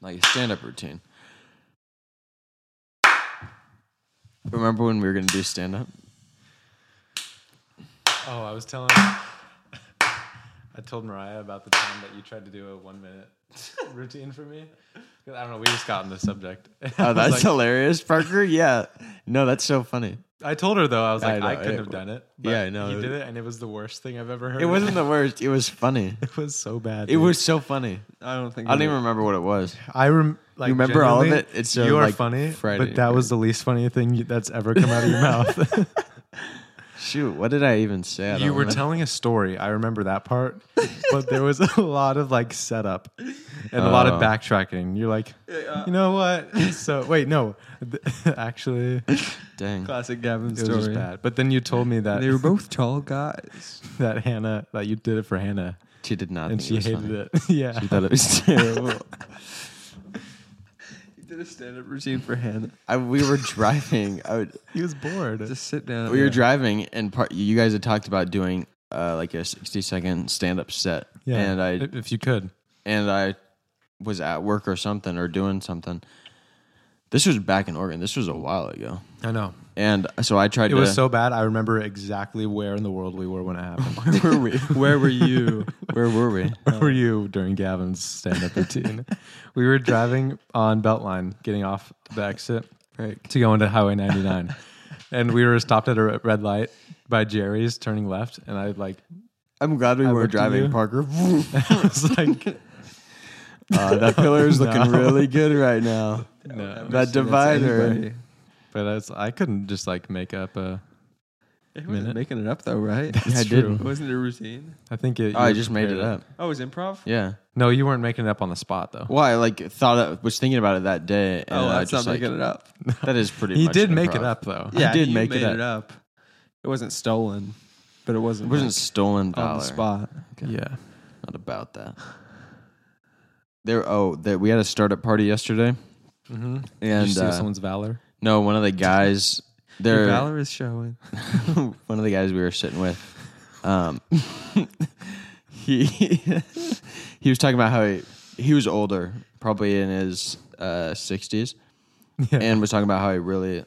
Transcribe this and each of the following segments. like a stand up routine. Remember when we were gonna do stand up? Oh, I was telling. I told Mariah about the time that you tried to do a one minute routine for me. 'Cause I don't know. We just got on the subject. I Oh, was that's like- hilarious, Parker. Yeah, no, that's so funny. I told her though. I was I like, know, I, couldn't it- have done it. yeah, I know, You it- did it, and it was the worst thing I've ever heard. It wasn't the worst. It was funny. it was so bad. It dude. was so funny. I don't think I don't even remember what it was. I rem- like, remember all of genuinely, it? It's, uh, you are like, funny, Friday, but that was the least funny thing you- that's ever come out of your mouth. Shoot, what did I even say? I you don't were remember. telling a story. I remember that part, but there was a lot of like setup and a lot Oh. of backtracking. You're like, you know what? So wait, no, Th- actually, it Dang. classic Gavin was just story. bad. But then you told me that They were both tall guys. that Hannah that you did it for Hannah, She did not. and think she it was hated funny. it. yeah, She thought it was terrible. You did a stand-up routine for Hannah. I, we were driving. I would, he was bored. Just sit down. we were driving, and part, you guys had talked about doing uh, like a sixty-second stand-up set, yeah, and I if if you could, and I was at work or something or doing something. This was back in Oregon. This was a while ago, I know. and so I tried It to. was so bad. I remember exactly where in the world we were when it happened. where were we? Where were you? Where were we? Where were you during Gavin's stand-up routine? we were driving on Beltline, getting off the exit right. to go into Highway 99, and we were stopped at a re- red light by Jerry's, turning left, and I like, I'm glad we I weren't looked at driving, you. Parker. I was like, Uh, that pillar is looking No. really good right now. no. That divider. But I, was, I couldn't just like make up a. It Minute. wasn't making it up though, right? Yeah, I That's did. true. Wasn't it a routine? I think it. Oh, I just made it up. Oh, it was improv. Yeah. No, you weren't making it up on the spot though. Well, I like thought I was thinking about it that day, and Oh, I that's not just like making it up. that is pretty. He much did make improv. it up though. Yeah, did you make it made up. it up. It wasn't stolen, but it It wasn't. wasn't stolen like, dollar. on the spot. Yeah. Not about that. There. Oh, that we had a startup party yesterday, Mm-hmm. Did you and steal uh, someone's valor? no, one of the guys. Your There, valor is showing. one of the guys we were sitting with, um, he he was talking about how he, he was older, probably in his uh, sixties, Yeah. and was talking about how he really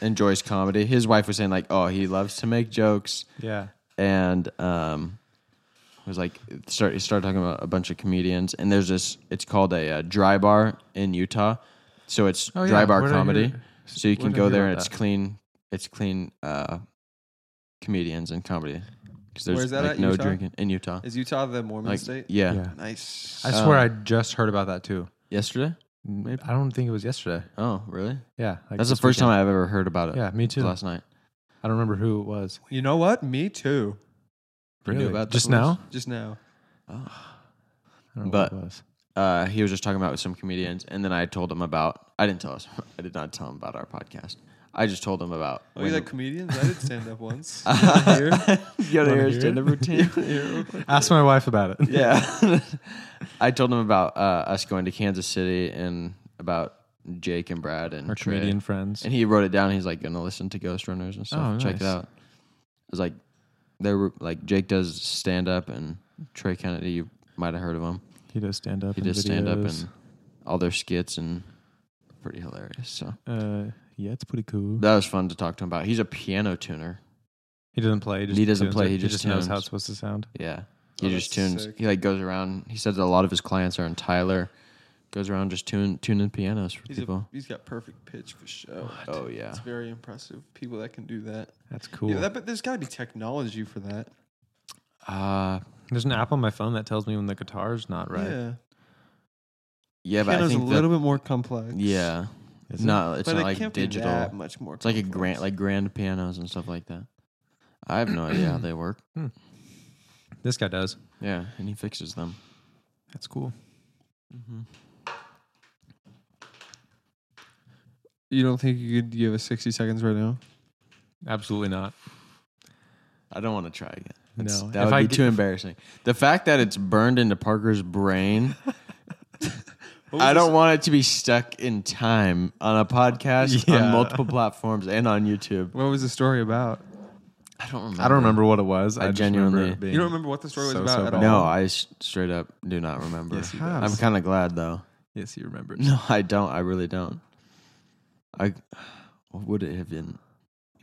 enjoys comedy. His wife was saying like, "Oh, he loves to make jokes," Yeah. and um, was like, start he started talking about a bunch of comedians, and there's this. It's called a, uh dry bar in Utah, so it's Oh, dry yeah. bar Where did I comedy. hear- So you where can did I go hear there about and it's that? clean. It's clean uh, comedians and comedy 'Cause there's Where's that like at, no Utah? drinking in Utah. Is Utah the Mormon Like state? yeah. Yeah. Nice. I swear Um, I just heard about that too. yesterday. Maybe. I don't think it was yesterday. Oh really? Yeah. like That's the this first weekend. time I've ever heard about it. Yeah, me too. Last night. I don't remember who it was. you know what? Me too. You knew about that Just one? now? Just now. I don't know But- who it was. uh, he was just talking about some comedians, and then I told him about. I didn't tell us. I did not tell him about our podcast. I just told him about. Oh, you when- like comedians? I did stand up once. you gotta Wanna hear hear us it? do the routine. Ask my wife about it. yeah, I told him about uh, us going to Kansas City and about Jake and Brad and Our Trey. comedian friends. And he wrote it down. He's like, gonna listen to Ghost Runners and stuff. Oh, Check it nice. out. I was like, there were like Jake does stand up and Trey Kennedy. You might have heard of him. He does stand up. He and does stand up videos. and all their skits and pretty hilarious. So Uh, yeah, it's pretty cool. That was fun to talk to him about. He's a piano tuner. He doesn't play. He doesn't tunes play, it. he He just just knows how tunes. it's supposed to sound. Yeah. He Oh, just that's tunes. sick. He like goes around. He says that a lot of his clients are in Tyler. Goes around just tune tuning pianos for He's, a, people. he's got perfect pitch for show. oh yeah. It's very impressive. People that can do that. That's cool. Yeah, that, but there's got to be technology for that. Uh There's an app on my phone that tells me when the guitar's not right. Yeah. yeah, but I Piano's think a that- little bit more complex. yeah. Is it? no, it's but not it like can't digital. be that much more. It's like a complex. grand like grand pianos and stuff like that. I have no idea how they work. This guy does. Yeah, and he fixes them. That's cool. You don't think you could give us 60 seconds right now? Absolutely not. I don't want to try again. It's- No. that If would I be g- too embarrassing. The fact that it's burned into Parker's brain I don't want it to be stuck in time on a podcast, on Yeah. multiple platforms, and on YouTube. What was the story about? I don't remember. I don't remember what it was. I I, just genuinely- remember it being- You don't remember what the story was so, about so at bad. all? No, I s- straight up do not remember. Yes, you How? I'm kind of glad though. Yes, he remembered. No, I don't. I really don't. I what would it have been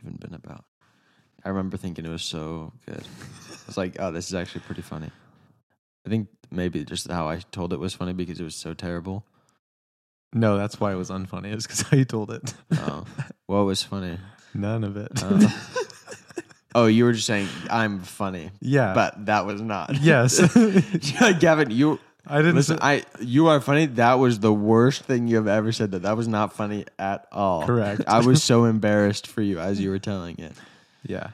even been about? I remember thinking it was so good. I was like, oh, this is actually pretty funny. I think maybe just how I told it was funny because it was so terrible. No, that's why it was unfunny. It's because how you told it. Oh, what was funny? None of it. Uh, oh, you were just saying I'm funny, yeah, but that was not. yes, Gavin, you I didn't. listen. say- I you are funny. That was the worst thing you have ever said. That that was not funny at all. Correct. I was so embarrassed for you as you were telling it. yeah,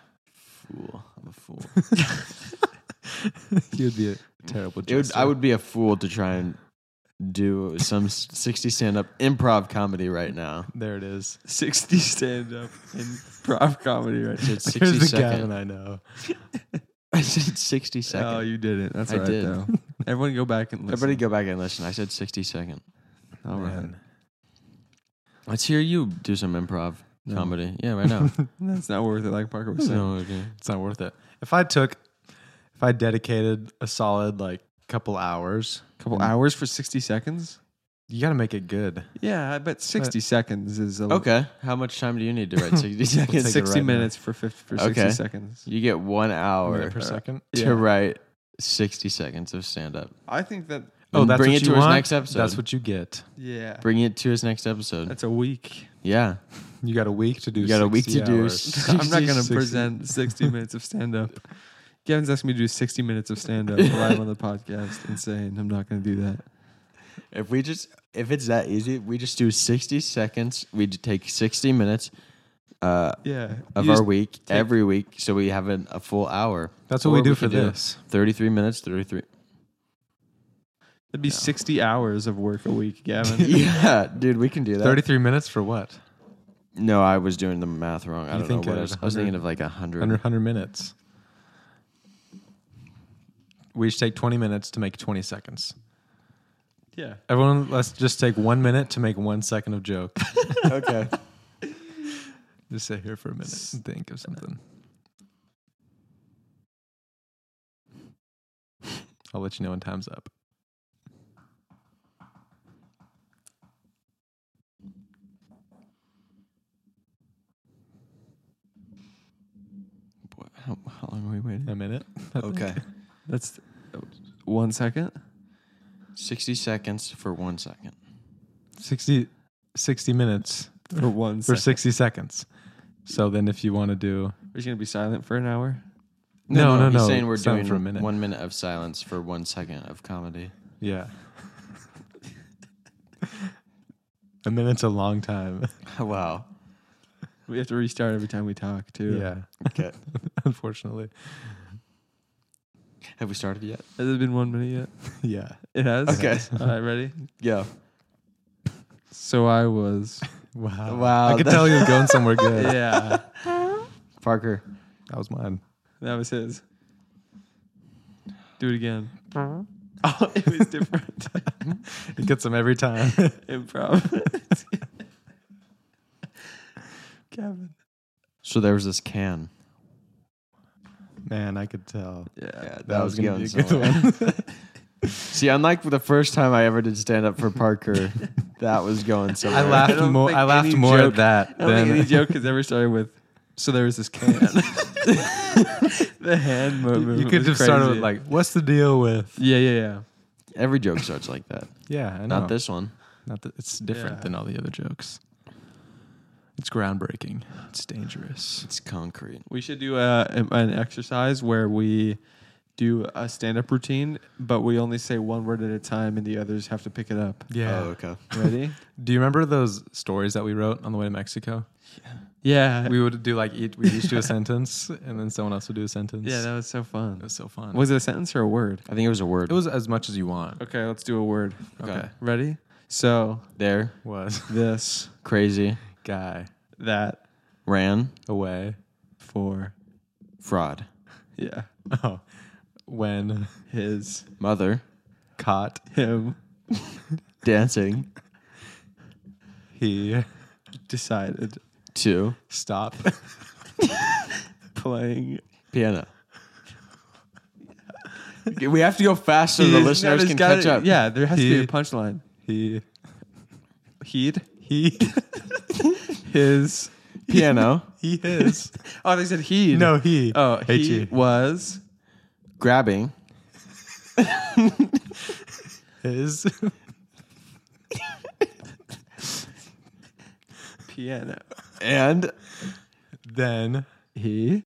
Fool. I'm a fool. you'd be a terrible. It would, I would be a fool to try and do some s- 60 stand up improv comedy right now. There it is. 60 stand up improv comedy right It's Here's 60 the second. Gavin I know. I said 60 second. Oh, you didn't. That's I all right, did. though. Everyone go back and listen. Everybody go back and listen. I said 60 second. Oh, All right. Man. Let's hear you do some improv No. comedy. Yeah, right now. That's not worth it, like Parker was saying. No, okay. It's not worth it. If I took, if I dedicated a solid like couple hours, A Mm. couple hours for 60 seconds? you got to make it good. Yeah, I bet 60 seconds is a little. Okay. How much time do you need to write 60 seconds? take it 60 right now. minutes for 50, for 60 Okay. seconds. You get one A hour minute per second. to Yeah. write 60 seconds of stand up. I think that, Oh, that's bring it what you to his want? next episode. That's what you get. yeah, Bring it to his next episode. that's a week. Yeah. You got a week to do. You got a week to 60 do. hours. 60 I'm not going to 60 present 60 minutes of stand up. Gavin's asking me to do 60 minutes of stand up live on the podcast. Insane. I'm not going to do that. If we just if it's that easy, we just do sixty seconds. We d- take sixty minutes uh, Yeah. of you our just- week every week, so we have an, a full hour. That's what we Or do for could this. Thirty-three minutes, thirty-three. That'd be 60 hours of work a week, Gavin. yeah, dude, we can do that. 33 minutes for what? No, I was doing the math wrong. I You don't know think what I it was. was I was 100 thinking of like a hundred. 100, 100 minutes. We each take 20 minutes to make 20 seconds. yeah. Everyone, let's just take one minute to make one second of joke. okay. Just sit here for a minute and think of something. I'll let you know when time's up. Boy, how, how long are we waiting? A minute? Okay, That's one second. sixty seconds for one second. 60, 60 minutes For one for second. 60 seconds. So then if you want to do. We're just going to be silent for an hour. No, no, He's no, saying we're it's not doing for a minute. one minute of silence for one second of comedy. Yeah. a minute's a long time. wow. We have to restart every time we talk, too. Yeah. Okay. Unfortunately. Have we started yet? Has it been one minute yet? Yeah. It has? Okay. All right, ready? Yeah. So I was. Wow. Wow, I could that- tell you were going somewhere good. yeah. Parker. That was mine. That was his. Do it again. Oh, it was different. It gets them every time. Improv. Kevin. So there was this can. Man, I could tell. Yeah. that, was gonna be a good one. See, unlike the first time I ever did stand up for Parker, that was going somewhere. I laughed don't more. think I laughed any more joke- at that I don't think any than joke has ever started with. So there was this can. the hand movement. you could was have started with crazy. like, "What's the deal with?" Yeah, yeah, yeah. Every joke starts like that. Yeah, I know. Not this one. Not that it's different Yeah. than all the other jokes. It's groundbreaking. It's dangerous. It's concrete. We should do a, an exercise where we do a stand up routine, but we only say one word at a time and the others have to pick it up. Oh, okay. Ready? Do you remember those stories that we wrote on the way to Mexico? yeah. We would do like each, we each do a sentence, and then someone else would do a sentence. yeah, that was so it fun. was so fun. Was it a sentence or a word? I think it was a word. it was as much as you want. Okay, let's do a word. Okay. Ready? So, There, Was this, crazy, guy that, ran, away? for, fraud, yeah, Oh, when his, mother, caught him, dancing, he decided, to stop playing. piano. Okay, We have to go fast so the He's- no, listeners there's can gotta- catch up. Yeah, there has to be He- a punchline. he heed heed his Piano. He is. oh they said heed no, he. oh H he E. was grabbing. His. piano And then. he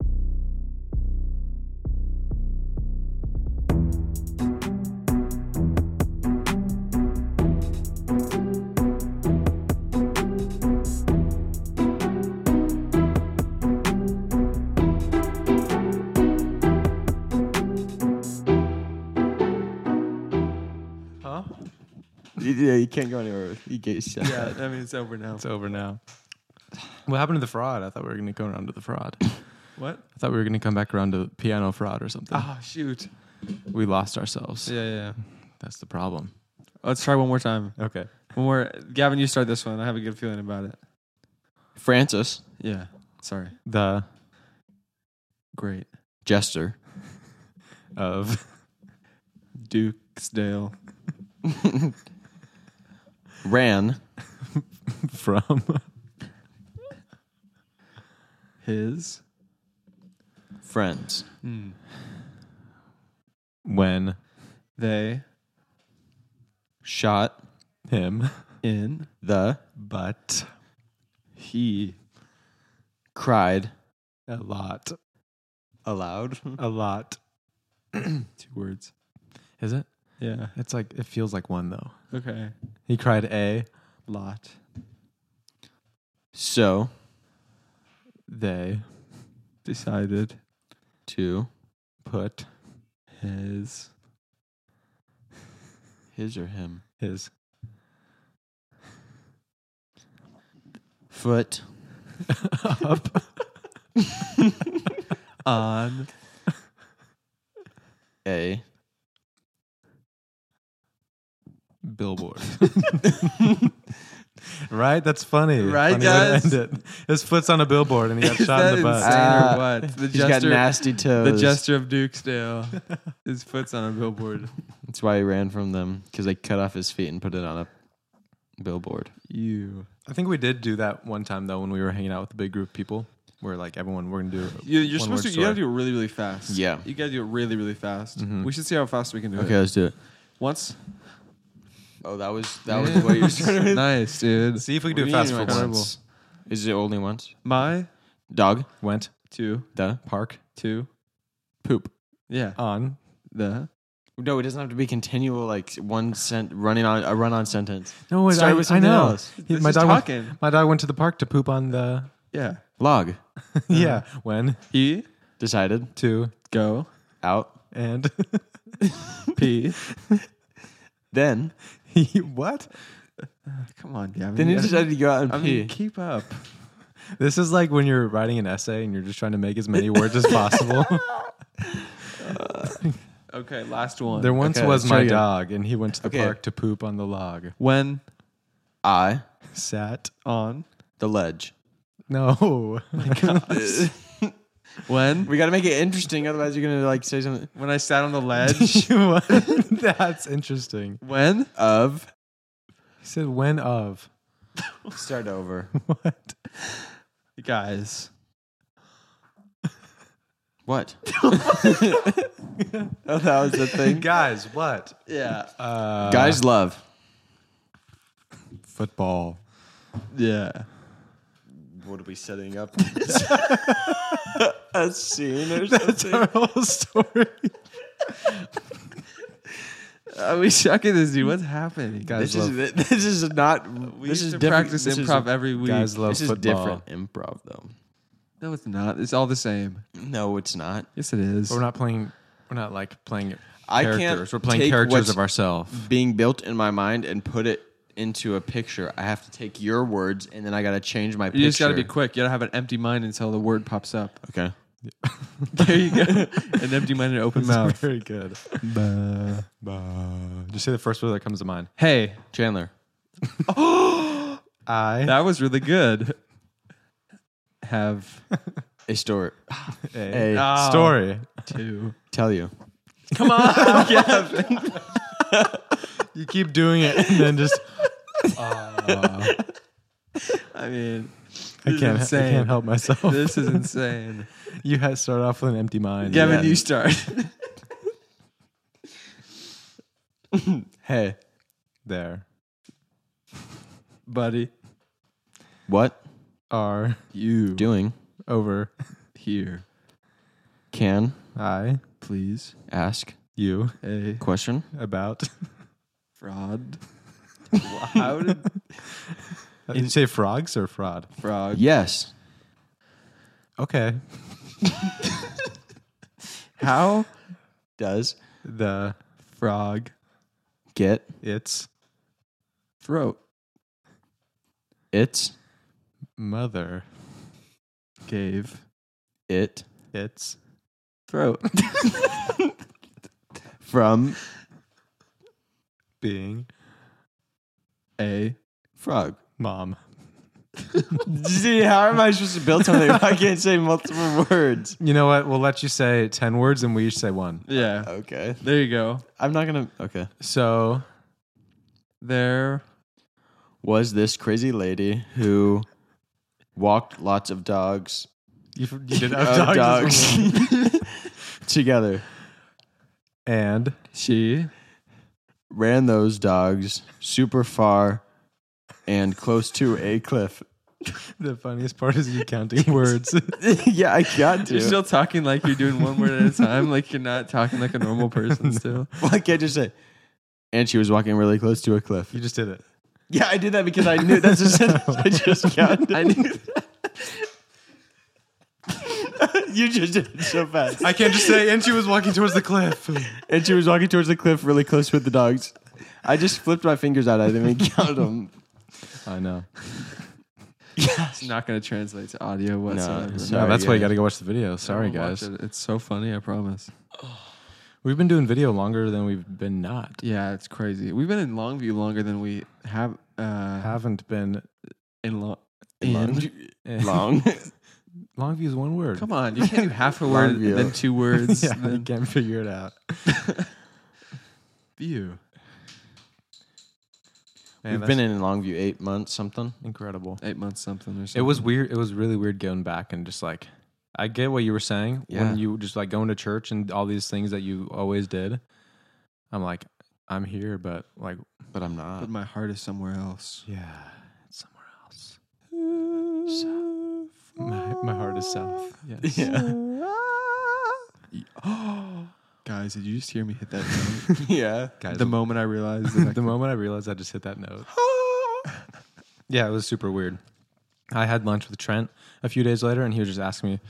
Huh? yeah, you can't go anywhere. with- You get shot. yeah I mean it's over now It's over now. What happened to the fraud? I thought we were going to go around to the fraud. I what thought we were going to come back around to piano fraud or something. oh shoot We lost ourselves. yeah yeah That's the problem. let's try one more time Okay. one more Gavin you start this one I have a good feeling about it Francis, yeah sorry The great jester, of Dukesdale ran from his friends. Hmm. when they Shot him in the but he cried a lot aloud. a lot two words is it yeah it's like it feels like one though okay he cried a lot So they decided to put his his or him his foot up on a billboard right that's funny Right, funny way to guys? end it. his foot's on a billboard and he got Is shot in the that butt insane? Ah, or what? The he's got jester- nasty toes. the gesture of Dukesdale. his foot's on a billboard. That's why he ran from them because they cut off his feet and put it on a billboard. You. i think we did do that one time though when we were hanging out with a big group of people where like everyone we're gonna do you you're one supposed to. word You gotta story. do it really, really fast. Yeah. You gotta do it really, really fast. We should see how fast we can do Okay, it. let's do it. Once. Oh, that was that was what you were trying to. nice, dude. see if we What can do do it you fast mean, for like, once Is it only once? My Dog, went two, the park two. poop. Yeah. on The No, it doesn't have to be continual, like one cent running on a run on sentence. No, Start with something else. He- This my is dog talking. Went, my dog went to the park to poop on the yeah. Log, yeah when He decided, to go out, and pee. then. he what? Come on, Gavin. Then you he gotta- decided to go out and I pee. mean, keep up. This is like when you're writing an essay and you're just trying to make as many words as possible. Okay, last one. there once Okay, was let's try my again. dog, and he went to the Okay. park to poop on the log. when I, Sat on the ledge. no. when We got to make it interesting, otherwise you're gonna like say something when I sat on the ledge What? That's interesting. when of. He said when of Start over. what? guys What? oh, that was the thing. Guys, what? yeah Uh, Guys love football. yeah what are we setting up? a scene or That's our whole story. are we shocking this dude what's happening guys This is this is not. we this used is to different. practice this is- improv every week Guys love This is football. different improv, though. no it's not it's all the same No, it's not. yes it is We're not playing. We're not like playing I can't characters. We're playing take characters what's- of ourselves. Being built in my mind and put it into a picture. I have to take your words and then I got to change my. you picture. just got to be quick you got to have an empty mind until the word pops up Okay. there you go an empty mind and open mouth Very good. Just say the first word that comes to mind. hey Chandler, I that was really good have a story. a, A Oh. story. two tell you. come on Gavin. You keep doing it, and then just Uh, I mean, I This is can't. I insane. can't help myself. this is insane. you had start off with an empty mind. Yeah. Gavin, you start. Hey, there Buddy, What are you doing over. here, can I please. ask you A question? about. fraud. How did Did you say frogs or fraud? fraud? Yes. Okay. How Does The frog get its throat its mother gave it its throat from being a frog? mom. See, how am I supposed to build something if I can't say multiple words? You know what? We'll let you say ten words, and we each say one. yeah. Okay. There you go. I'm not gonna. Okay. So There Was this crazy lady who walked lots of dogs, you, you did have of dogs, dogs together, and she ran those dogs super far and close to a cliff? the funniest part is you counting words. yeah, I got You're to. still talking like you're doing one word at a time, like you're not talking like a normal person still. Why can't you say? And she was walking really close to a cliff. you just did it. Yeah, I did that because I knew that's a sentence I just counted. I knew you just did it so fast. I can't just say. And she was walking towards the cliff. and she was walking towards the cliff really close with the dogs. I just flipped my fingers out. I didn't even count them. I know. it's not gonna translate to audio whatsoever. it's No, Sorry, that's why you guys. got to go watch the video. Sorry, Don't watch guys. it. It's so funny, I promise. We've been doing video longer than we've been not. Yeah, it's crazy. We've been in Longview longer than we have uh Haven't been in Long Long. Longview is one word. Come on, you can't do half a word and then Longview. two words. yeah, and you then can't figure it out. view. Man, We've that's been in Longview eight months, something. incredible. Eight months something or something. It was weird. It was really weird going back and just like, I get what you were saying Yeah. when you were just like going to church and all these things that you always did. I'm like, I'm here, but like, But I'm not. Ah. but my heart is somewhere else. yeah, it's somewhere else. My, my heart is south. Yes. Guys, did you just hear me hit that note? yeah. Guys, the moment I realized that I the could- moment I realized I just hit that note. Ah. Yeah, it was super weird. I had lunch with Trent a few days later, and he was just asking me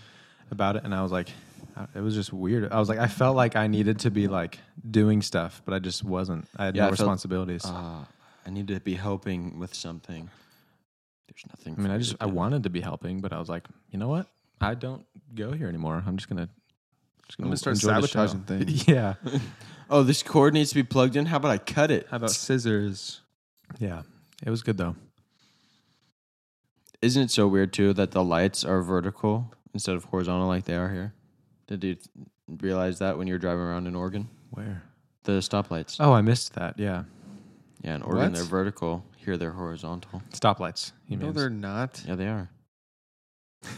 about it, and I was like, I- it was just weird. I was like, I felt like I needed to be like doing stuff, but I just wasn't. I had Yeah, no I felt- responsibilities. Uh, I need to be helping with something. There's nothing. I mean, for I me just to I do. wanted to be helping, but I was like, you know what? I don't go here anymore. I'm just gonna just I'm gonna start enjoy the sabotaging things. show. yeah, Oh, this cord needs to be plugged in. How about I cut it? How about scissors? yeah. It was good though. Isn't it so weird too that the lights are vertical instead of horizontal like they are here? Did you realize that when you were driving around in Oregon? Where? The stoplights. Oh, I missed that. Yeah, Yeah, in Oregon What? they're vertical. Here they're horizontal. stoplights. He No, means. they're not. Yeah, they are.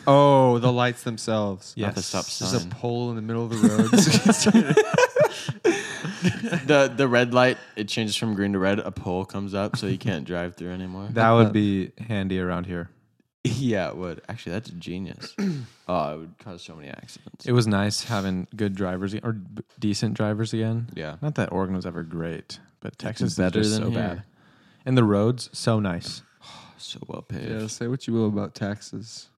Oh, the lights themselves. not the stop There's sign. a pole in the middle of the road. the the red light it changes from green to red. A pole comes up, so you can't drive through anymore. that would be handy around here. yeah, it would actually. That's genius. oh, it would cause so many accidents. It was nice having good drivers or b- decent drivers again. yeah, Not that Oregon was ever great, but Texas is better just than so here. bad. And the roads so nice. so well paved. yeah, say what you will about taxes,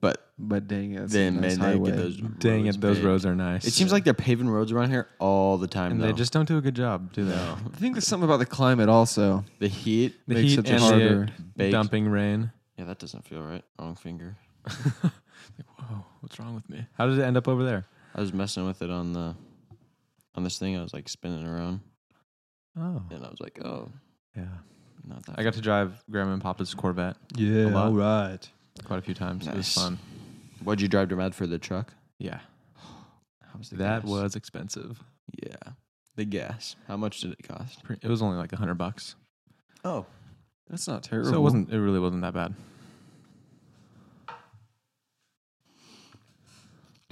But but dang it, that's a then man, nice they highway. get those. Dang it, those paved. roads are nice. It seems like they're paving roads around here all the time. and though. they just don't do a good job, do they? no. I think there's something about the climate also. The heat. The Makes heat it and harder. the Baked. dumping rain. Yeah, that doesn't feel right. Wrong finger. Whoa, what's wrong with me? How did it end up over there? I was messing with it on the on this thing. I was like spinning around, Oh, and I was like, oh, yeah. not that. I got to drive Grandma and Papa's Corvette Yeah, lot. right. quite a few times. It was Nice. fun. What'd you drive to Mad for the truck? Yeah, How was the that gas? was expensive. yeah the gas. How much did it cost? Pre- It was only like a hundred bucks. Oh, That's not terrible. So it wasn't. It really wasn't that bad.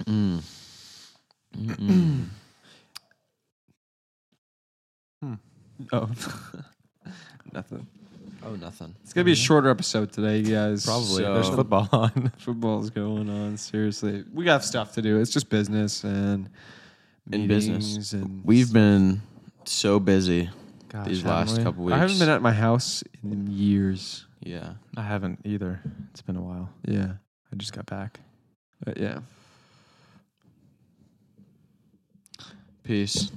Mm. Mm-mm. Oh, nothing. oh, nothing. It's gonna be a shorter episode today, you guys. Probably. So- There's football on. Football's going on. Seriously, we got stuff to do. It's just business and In business. meetings And We've been so busy Gosh, these haven't last we? couple weeks. I haven't been at my house in years. yeah. I haven't either. It's been a while. Yeah, I just got back. but yeah. Peace.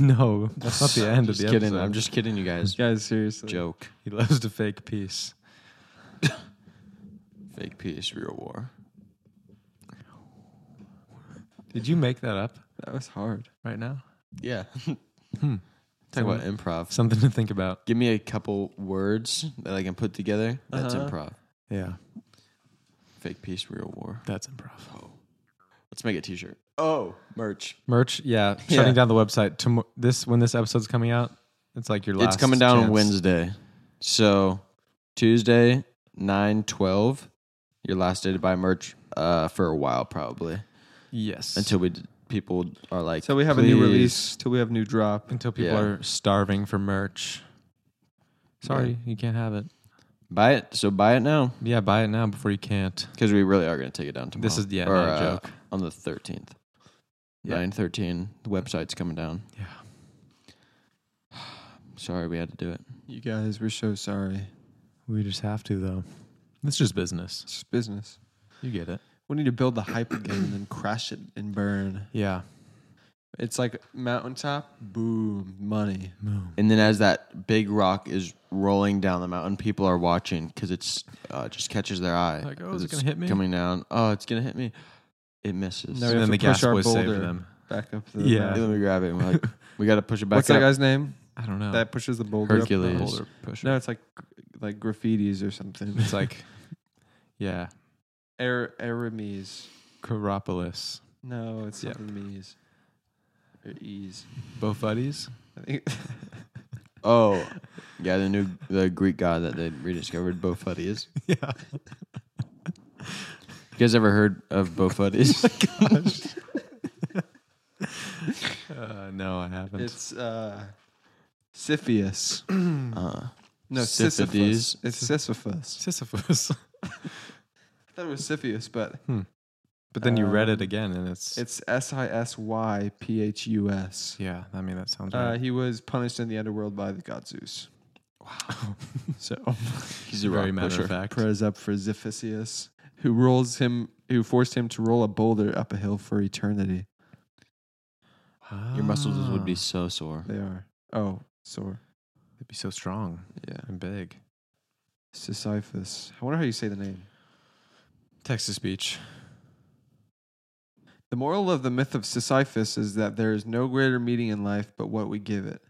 no, that's not the end just of the kidding. episode. I'm just kidding, you guys. Guys, seriously. Joke. He loves to fake peace. Fake peace, real war. Did you make that up That was hard. right now? Yeah. Hmm. Talk about improv. Something to think about. Give me a couple words that I can put together. That's Uh-huh. improv. Yeah, Fake peace, real war. that's improv. Oh. Let's make a t shirt. Oh, merch. Merch. Yeah, Yeah. shutting down the website. Tom- this when this episode's coming out, it's like your last. it's coming down on chance. Wednesday. So Tuesday, nine twelve. Your last day to buy merch uh, for a while, probably. Yes. Until we d- people are like. So we have a "Please." new release. Till we have new drop. until people Yeah. are starving for merch. Sorry, Yeah. you can't have it. Buy it. So buy it now Yeah, buy it now before you can't. because we really are going to take it down tomorrow. This is yeah, Or, not a uh, joke. on the thirteenth. Yeah. Nine thirteen. The website's coming down. Yeah. Sorry, we had to do it. You guys, we're so sorry. We just have to though. It's just business. It's just business. You get it. We need to build the hype again and then crash it and burn. Yeah. It's like mountaintop, boom, money. And then as that big rock is rolling down the mountain, people are watching because it's uh, just catches their eye. Like, oh, 'Cause is it it's gonna hit me? Coming down. Oh, it's gonna hit me. It misses. No, and we have then to the gas push our boys save boulder. them. Back up. To the Yeah. Let mountain. me grab it. And we're like, we got to push it back What's that up. guy's name? I don't know. That pushes the boulder. up the Hercules. boulder. pusher. No, it's like like graffitis or something. It's like, yeah, Er, Aramis. Coropolis. No, it's Yeah. something Mies. Or ease. Bofuddies? I think Oh, yeah, the new the Greek god that they rediscovered, Bofuddius. Yeah. You guys ever heard of Bofuddius? Uh, no, I haven't. it's uh, Cepheus. uh, No, Sisyphides. Sisyphus. It's Sisyphus. Sisyphus. I thought it was Cepheus, but but then you read it Um, again and it's, it's S I S Y P H U S. yeah, I mean, that sounds Uh, right. he was punished in the underworld by the god Zeus. so, he's a very rock matter pusher. of fact. Prayers up for Ziphysius, who rolls him, who forced him to roll a boulder up a hill for eternity. Your muscles would be Ah, so sore. They are. Oh, sore. They'd be so strong Yeah. and big. Sisyphus. I wonder how you say the name. Text to speech. The moral of the myth of Sisyphus is that there is no greater meaning in life but what we give it.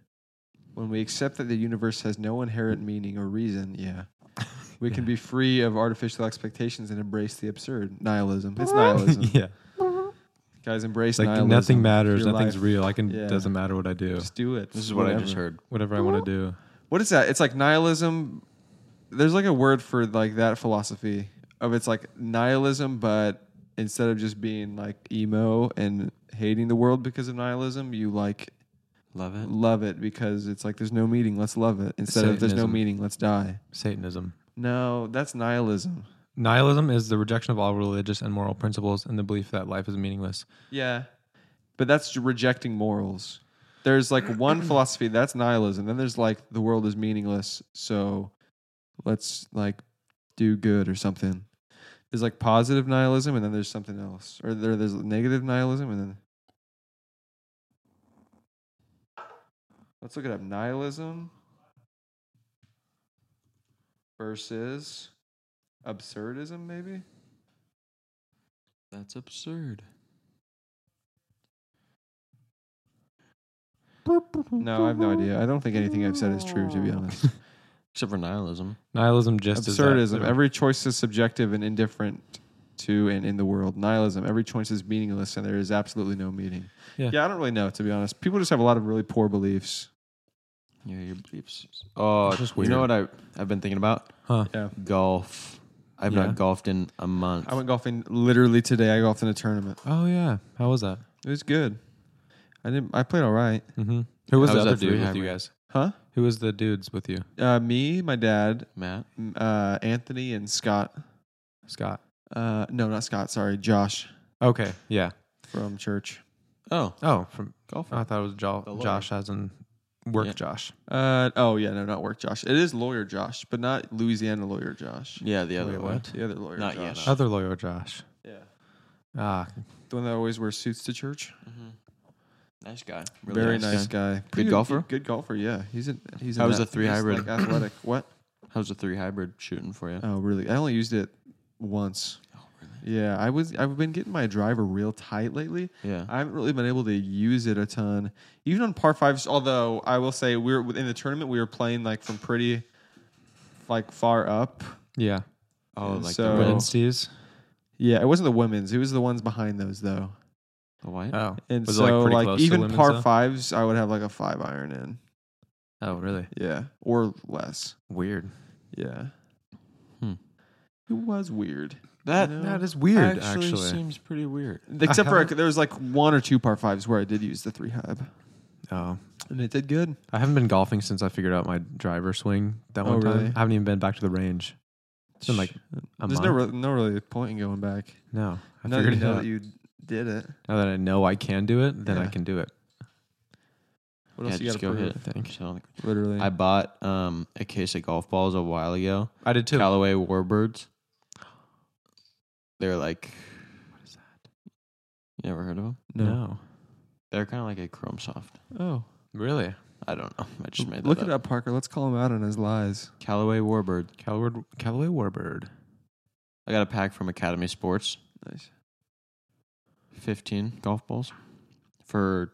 When we accept that the universe has no inherent meaning or reason, yeah, we can Yeah. be free of artificial expectations and embrace the absurd. Nihilism. It's nihilism. yeah. Guys, embrace It's like nihilism. nothing matters. Your nothing's life. real. I can, Yeah. doesn't matter what I do. Just do it. This is what I just Whatever. heard. Whatever I want to do. What is that? It's like nihilism. There's like a word for like that philosophy of it's like nihilism, but instead of just being like emo and hating the world because of nihilism, you like Love it. love it because it's like there's no meaning, let's love it. Instead of there's no Satanism. meaning, let's die. Satanism. No, that's nihilism. Nihilism is the rejection of all religious and moral principles and the belief that life is meaningless. Yeah. But that's rejecting morals. There's like one philosophy that's nihilism. Then there's like the world is meaningless, so let's like do good or something. There's like positive nihilism and then there's something else. Or there, there's negative nihilism and then Let's look it up. Nihilism versus absurdism maybe? That's absurd. No, I have no idea. I don't think anything I've said is true to be honest. Except for nihilism. Nihilism just is that- absurdism. Every choice is subjective and indifferent to and in the world. Nihilism. Every choice is meaningless and there is absolutely no meaning. Yeah. I don't really know to be honest. People just have a lot of really poor beliefs. Yeah, your beliefs. Oh, It's just you know what I I've been thinking about? Huh. Yeah. Golf. I've Yeah. not golfed in a month. I went golfing literally today. I golfed in a tournament. Oh yeah. How was that? It was good. I didn't. I played all right. Mm-hmm. Who was How was the other that three dude with you hammer? guys? Huh? Who was the dudes with you? Uh, me, my dad, Matt. m- uh, Anthony, and Scott. Scott. Uh, no, not Scott. Sorry, Josh Okay. Yeah. from church. Oh, Oh, from golfer. I thought it was The jo- lawyer. Josh as in work Yeah. Josh. Uh, oh yeah, no, not work Josh. It is lawyer Josh, but not Louisiana lawyer Josh. yeah, the other Wait, one. what? The other lawyer Not yet, Josh. no. Other lawyer Josh. Yeah. Ah, The one that always wears suits to church. Mhm. Nice guy. Very nice guy. Pretty golfer? Good, golfer. Yeah. He's a he's. How an was a- the three he's, hybrid? Like athletic. what? How's the three hybrid shooting for Uh, you? Oh really? I only used it once. Yeah, I was. I've been getting my driver real tight lately. yeah. I haven't really been able to use it a ton, even on par fives. Although I will say, we were in the tournament. We were playing like from pretty, like far up. yeah. oh, like so- the Red red. Steve's. Yeah, it wasn't the women's. It was the ones behind those though. The white. Oh, And Was it, like, so, pretty like, close to even women's, par though? fives, I would have like a five iron in. oh, really? Yeah, or less. Weird. Yeah. Hmm. It was weird. that you know? That is weird. Actually, seems pretty weird. Except for haven't- there was like one or two par fives where I did use the three hub, oh, and it did good. I haven't been golfing since I figured out my driver swing that Oh, one time. really? I haven't even been back to the range. It's been like a There's month. no re- no really point in going back. no, I now that figured you it know out. that you did it. now that I know I can do it, then I Yeah. can do it. What Yeah, else you just got to go prove? hit. I think So, like, Literally, I bought um, a case of golf balls a while ago. I did too. Callaway Warbirds. They're like, What is that? you never heard of them? No. They're kind of like a Chrome Soft. Oh, really? I don't know. I just made that look it up, Parker. Let's call him out on his lies. Callaway Warbird. Callaway, Callaway Warbird. I got a pack from Academy Sports. Nice. 15 golf balls for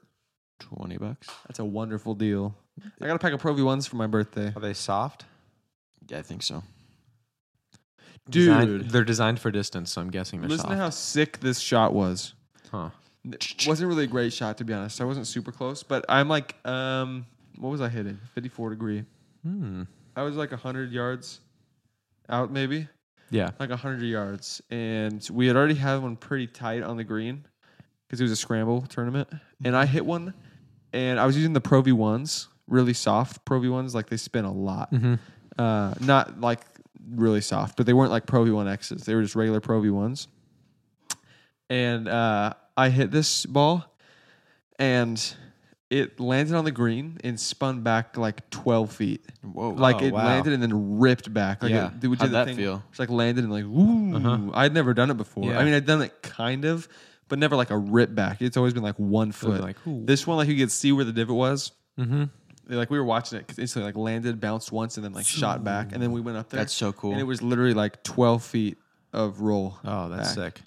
20 bucks. That's a wonderful deal. I got a pack of Pro V ones for my birthday. Are they soft? Yeah, I think so. Dude. they're designed for distance, so I'm guessing they're Listen to how soft. sick this shot was. huh. It wasn't really a great shot to be honest. I wasn't super close, but I'm like, um, what was I hitting? 54 degree. Hmm. I was like 100 yards out, maybe Yeah. like 100 yards, and we had already had one pretty tight on the green because it was a scramble tournament, and I hit one, and I was using the Pro V ones, really soft Pro V ones, like they spin a lot, Mm-hmm. uh, not like really soft, but they weren't like Pro V one X's. They were just regular Pro V ones. And uh, I hit this ball, and it landed on the green and spun back like twelve feet. Whoa. Like Oh, it wow. landed and then ripped back. Like Yeah. it, it would do How'd the that thing- feel? It's like landed and like ooh. Uh-huh. I'd never done it before. Yeah. I mean, I'd done it kind of, but never like a rip back. It's always been like one foot. like, ooh. this one, like you could see where the divot was Mm-hmm. they, like we were watching it because instantly like landed, bounced once, and then like shot back, and then we went up there. That's so cool. And it was literally like twelve feet of roll. Oh, that's Back. sick.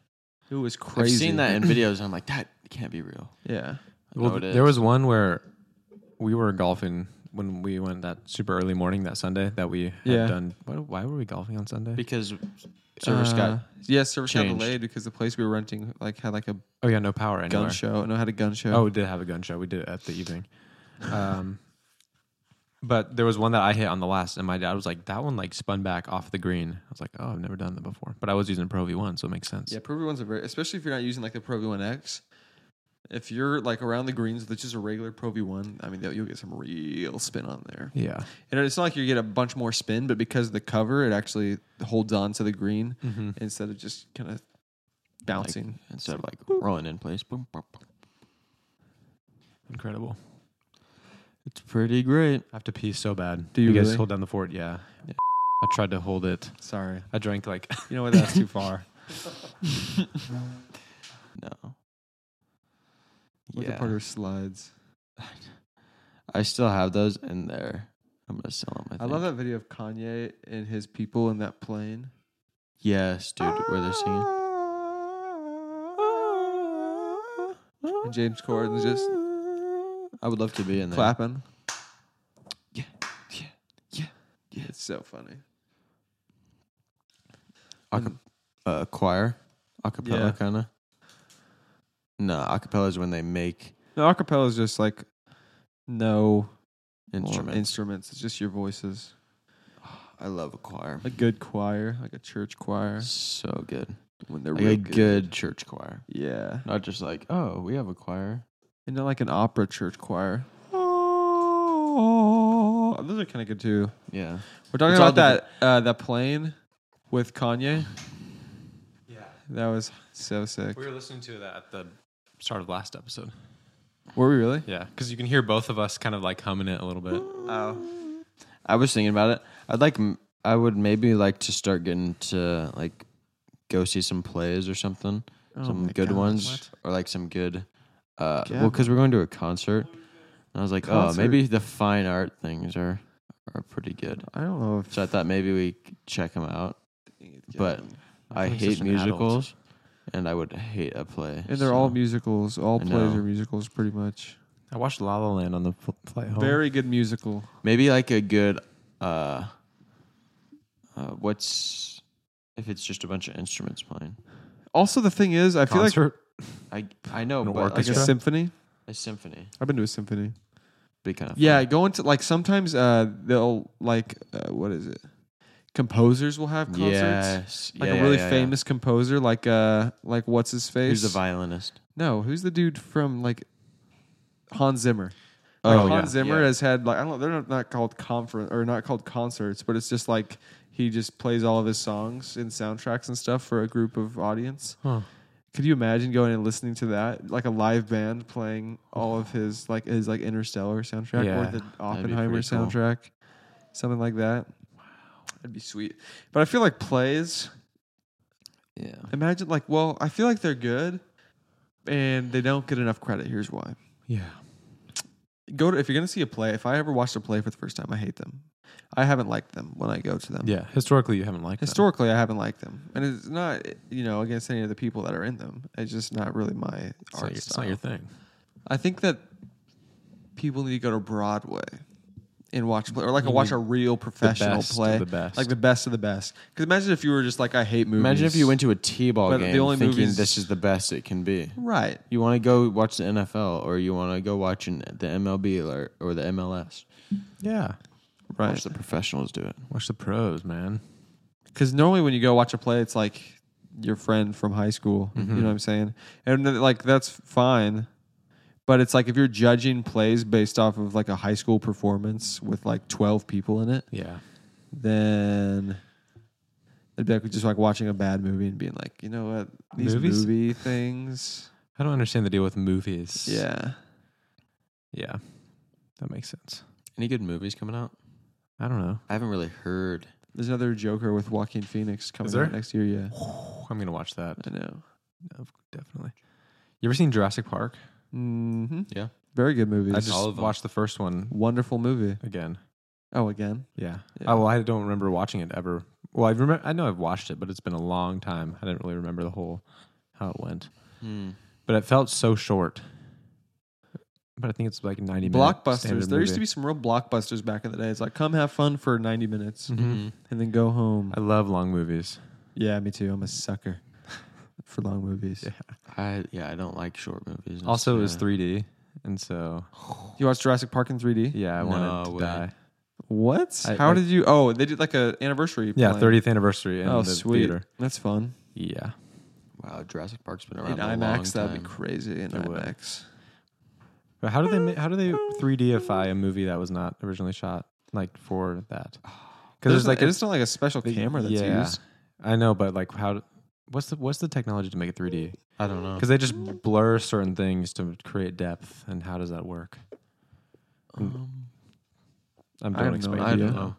It was I've crazy. seen that in videos. And I'm like, that can't be real. Yeah. I Well, know it there is. was one where we were golfing when we went that super early morning that Sunday that we had Yeah. done. What, why were we golfing on Sunday? because service Uh, got yeah, service changed. got delayed because the place we were renting like had like a oh yeah, no power anywhere. gun show. No, had a gun show. Oh, we did have a gun show. We did it at the evening. Um, but there was one that I hit on the last, and my dad was like, "That one like spun back off the green." I was like, "Oh, I've never done that before." But I was using Pro V one, so it makes sense. yeah. Pro V ones are very, especially if you're not using like the Pro V one X. If you're like around the greens, that's just a regular Pro V one. I mean, you'll get some real spin on there. Yeah. And it's not like you get a bunch more spin, but because of the cover, it actually holds on to the green instead of just kind of bouncing. instead of like rolling in place. Boom, boom, boom. Incredible. It's pretty great. I have to pee so bad. Do you guys really? hold down the fort? Yeah. Yeah. I tried to hold it. Sorry. I drank like You know what? That's too far. No. Look at Parker's slides. I still have those in there. I'm gonna sell them. I, I love think. that video of Kanye and his people in that plane. Yes, dude, where they're Ah. singing. And James Corden's just I would love to be in there. clapping. Yeah, yeah, yeah, yeah. It's so funny. Aca- uh, choir, acapella Yeah. kind of. No, acapella is when they make No, acapella is just like no or Instrument. instruments. It's just your voices. I love a choir. A good choir, like a church choir, So good. when they're Like real a good, church choir. Yeah, Not just like, oh, we have a choir. and not like an opera church choir. Oh, those are kind of good too. Yeah. We're talking It's all about that uh, that plane with Kanye. Yeah. That was so sick. We were listening to that at the start of last episode. Were we really? Yeah, because you can hear both of us kind of like humming it a little bit. Oh. I was thinking about it. I'd like, m- I would maybe like to start getting to like go see some plays or something. some Oh my good God, ones what? or like some good. Uh, well, Gavin. because we're going to a concert. And I was like, Concert. oh, maybe the fine art things are are pretty good. I don't know if So I thought maybe we could check them out. But I he's hate just an adult. musicals, and I would hate a play. and they're so- all musicals. All I plays know. are musicals, pretty much. I watched La La Land on the fl- flight home. Very good musical. maybe like a good. Uh, uh, what's if it's just a bunch of instruments playing? Also, the thing is, I feel like concert. I I know, An but like like a orchestra? a, symphony. a symphony I've been to a symphony. be kind of Yeah, going to like sometimes uh they'll like uh, what is it? Composers will have concerts. Yes. Like Yeah, a really yeah, yeah, yeah. famous composer, like uh like what's his face? Who's the violinist? No, who's the dude from like Hans Zimmer? Oh, Like, yeah, Hans Zimmer yeah. has had like I don't know, they're not- not called conference or not called concerts, but it's just like he just plays all of his songs and soundtracks and stuff for a group of audience. Huh. Could you imagine going and listening to that like a live band playing all of his like his like Interstellar soundtrack Yeah, or the Oppenheimer pretty cool. soundtrack, something like that? Wow, that'd be sweet. But I feel like plays Yeah. Imagine like, well, I feel like they're good, and they don't get enough credit. Here's why: Yeah. go to if you're gonna see a play. If I ever watched a play for the first time, I hate them. I haven't liked them when I go to them. Yeah. Historically, you haven't liked that. Historically, I haven't liked them, and it's not you know against any of the people that are in them. It's just not really my It's art not, your, it's style. not your thing. I think that people need to go to Broadway and watch a play, or like a Mm-hmm. watch a real professional best of play, the best. like the best of the best. Because imagine if you were just like, I hate movies. Imagine if you went to a T-ball But the game only thinking movies- this is the best it can be. right. You want to go watch the NFL or you want to go watch an, the MLB or, or the MLS. Yeah. Right. Watch the professionals do it. Watch the pros, man. because normally when you go watch a play, it's like your friend from high school. Mm-hmm. You know what I'm saying? And then, like that's fine, but it's like if you're judging plays based off of like a high school performance with like 12 people in it, Yeah. then it'd be like just like watching a bad movie and being like, you know what, these Movies? movie things, I don't understand the deal with movies. yeah. Yeah. That makes sense. Any good movies coming out? I don't know. I haven't really heard. There's another Joker with Joaquin Phoenix coming there? out next year. Yeah, I'm going to watch that. I know. Definitely. You ever seen Jurassic Park? hmm Yeah. Very good movies. I just all of 'em. watched the first one Wonderful movie. again. Oh, again. Yeah. Yeah. Oh, well, I don't remember watching it ever. Well, I remember. I know I've watched it, but it's been a long time. I didn't really remember the whole how it went. Hmm. But it felt so short. But I think it's like ninety minute blockbusters. standard There used to be movie. some real blockbusters back in the day. It's like come have fun for ninety minutes Mhm. and then go home. I love long movies. yeah, me too. I'm a sucker for long movies. I yeah, I don't like short movies. uh, Also, it was Yeah. 3D, and so You watched Jurassic Park in 3D. yeah, I wanted No to way. die. What? I- How I- did you? Oh, they did like a anniversary. Yeah, playing. thirtieth anniversary in Oh, the sweet. theater. That's fun. Yeah, Wow, Jurassic Park's been In around a long IMAX, that'd time. be crazy. In It would. IMAX. but how do they ma- how do they 3Dify a movie that was not originally shot like for that? Because there's like a- it's not like a special the- camera that's yeah. used. I know, but like how. do- What's the what's the technology to make it 3D? I don't know. Because they just blur certain things to create depth, and how does that work? Um, I'm I don't have no expect. I you don't to Yeah. know.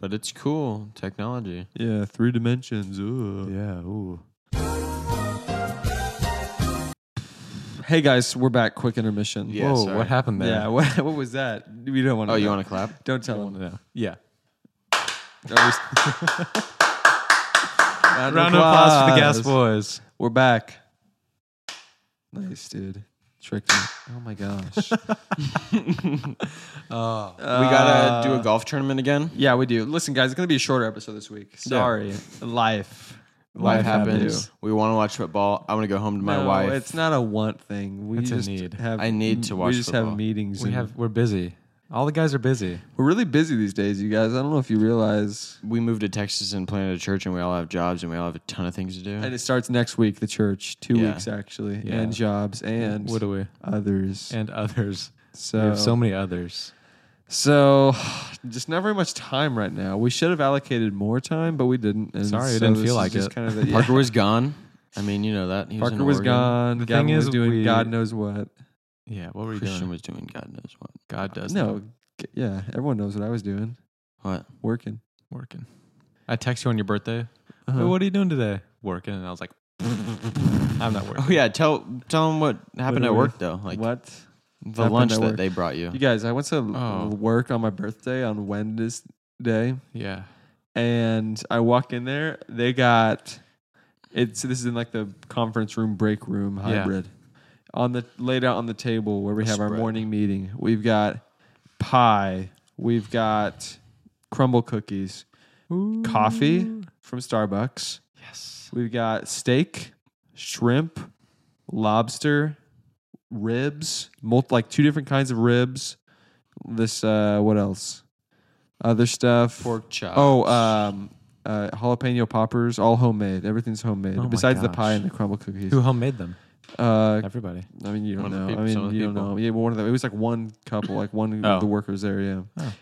But it's cool technology. Yeah, three dimensions. Ooh. Yeah. Ooh. Hey guys, we're back. Quick intermission. Yeah, Whoa. sorry. What happened there? Yeah. What, what was that? We don't want. Oh, you want to clap? Don't tell I them. don't know. Yeah. Round, Round of applause for the Gas Boys. We're back. Nice, dude. Tricked me. Oh my gosh. we gotta do a golf tournament again. yeah, we do. Listen, guys, it's gonna be a shorter episode this week. Sorry, life. Life, Life happens. happens. We want to watch football. I want to go home to my No, wife. It's not a want thing. We It's a just need. have. I need to watch We just football. have meetings. We and- have we're busy. All the guys are busy. We're really busy these days, you guys. I don't know if you realize. we moved to Texas and planted a church, and we all have jobs, and we all have a ton of things to do. And it starts next week. The church, two Yeah. weeks actually, Yeah. and jobs and What do we? others. And others. so, we have so many others. so just not very much time right now. We should have allocated more time, but we didn't. And Sorry, it so didn't this feel is like just it. Kind of the, yeah. Parker was gone. I mean, you know that he was Parker in was Oregon. gone. The Gavin thing was is, doing we- God knows what. Yeah. What were you Christian doing? was doing God knows what. God does No, not g- yeah, everyone knows what I was doing. What? Working. working. I text you on your birthday. Uh-huh. Hey, what are you doing today? Working. And I was like, I'm not working. Oh yeah, tell tell him what happened Literally. at work though. Like what? the happened lunch at that work? they brought you. You guys, I went to Oh. work on my birthday on Wednesday. Yeah. and I walk in there. They got it's this is in like the conference room break room Yeah. hybrid. On the laid out on the table where we A have our spread. morning meeting, we've got pie, we've got crumble cookies, coffee from Starbucks, Yes. we've got steak, shrimp, lobster, ribs, multi, like two different kinds of ribs. This uh, what else? Other stuff. Pork chop. Oh, um, uh, jalapeno poppers, all homemade. Everything's homemade, Oh my besides the pie gosh. and the crumble cookies. Who homemade them? Uh, Everybody. I mean, you don't One of the know. peop- I some mean, of the you don't people. know. Yeah, but one of them. It was like one couple, like one Oh. of the workers there. Yeah, Oh.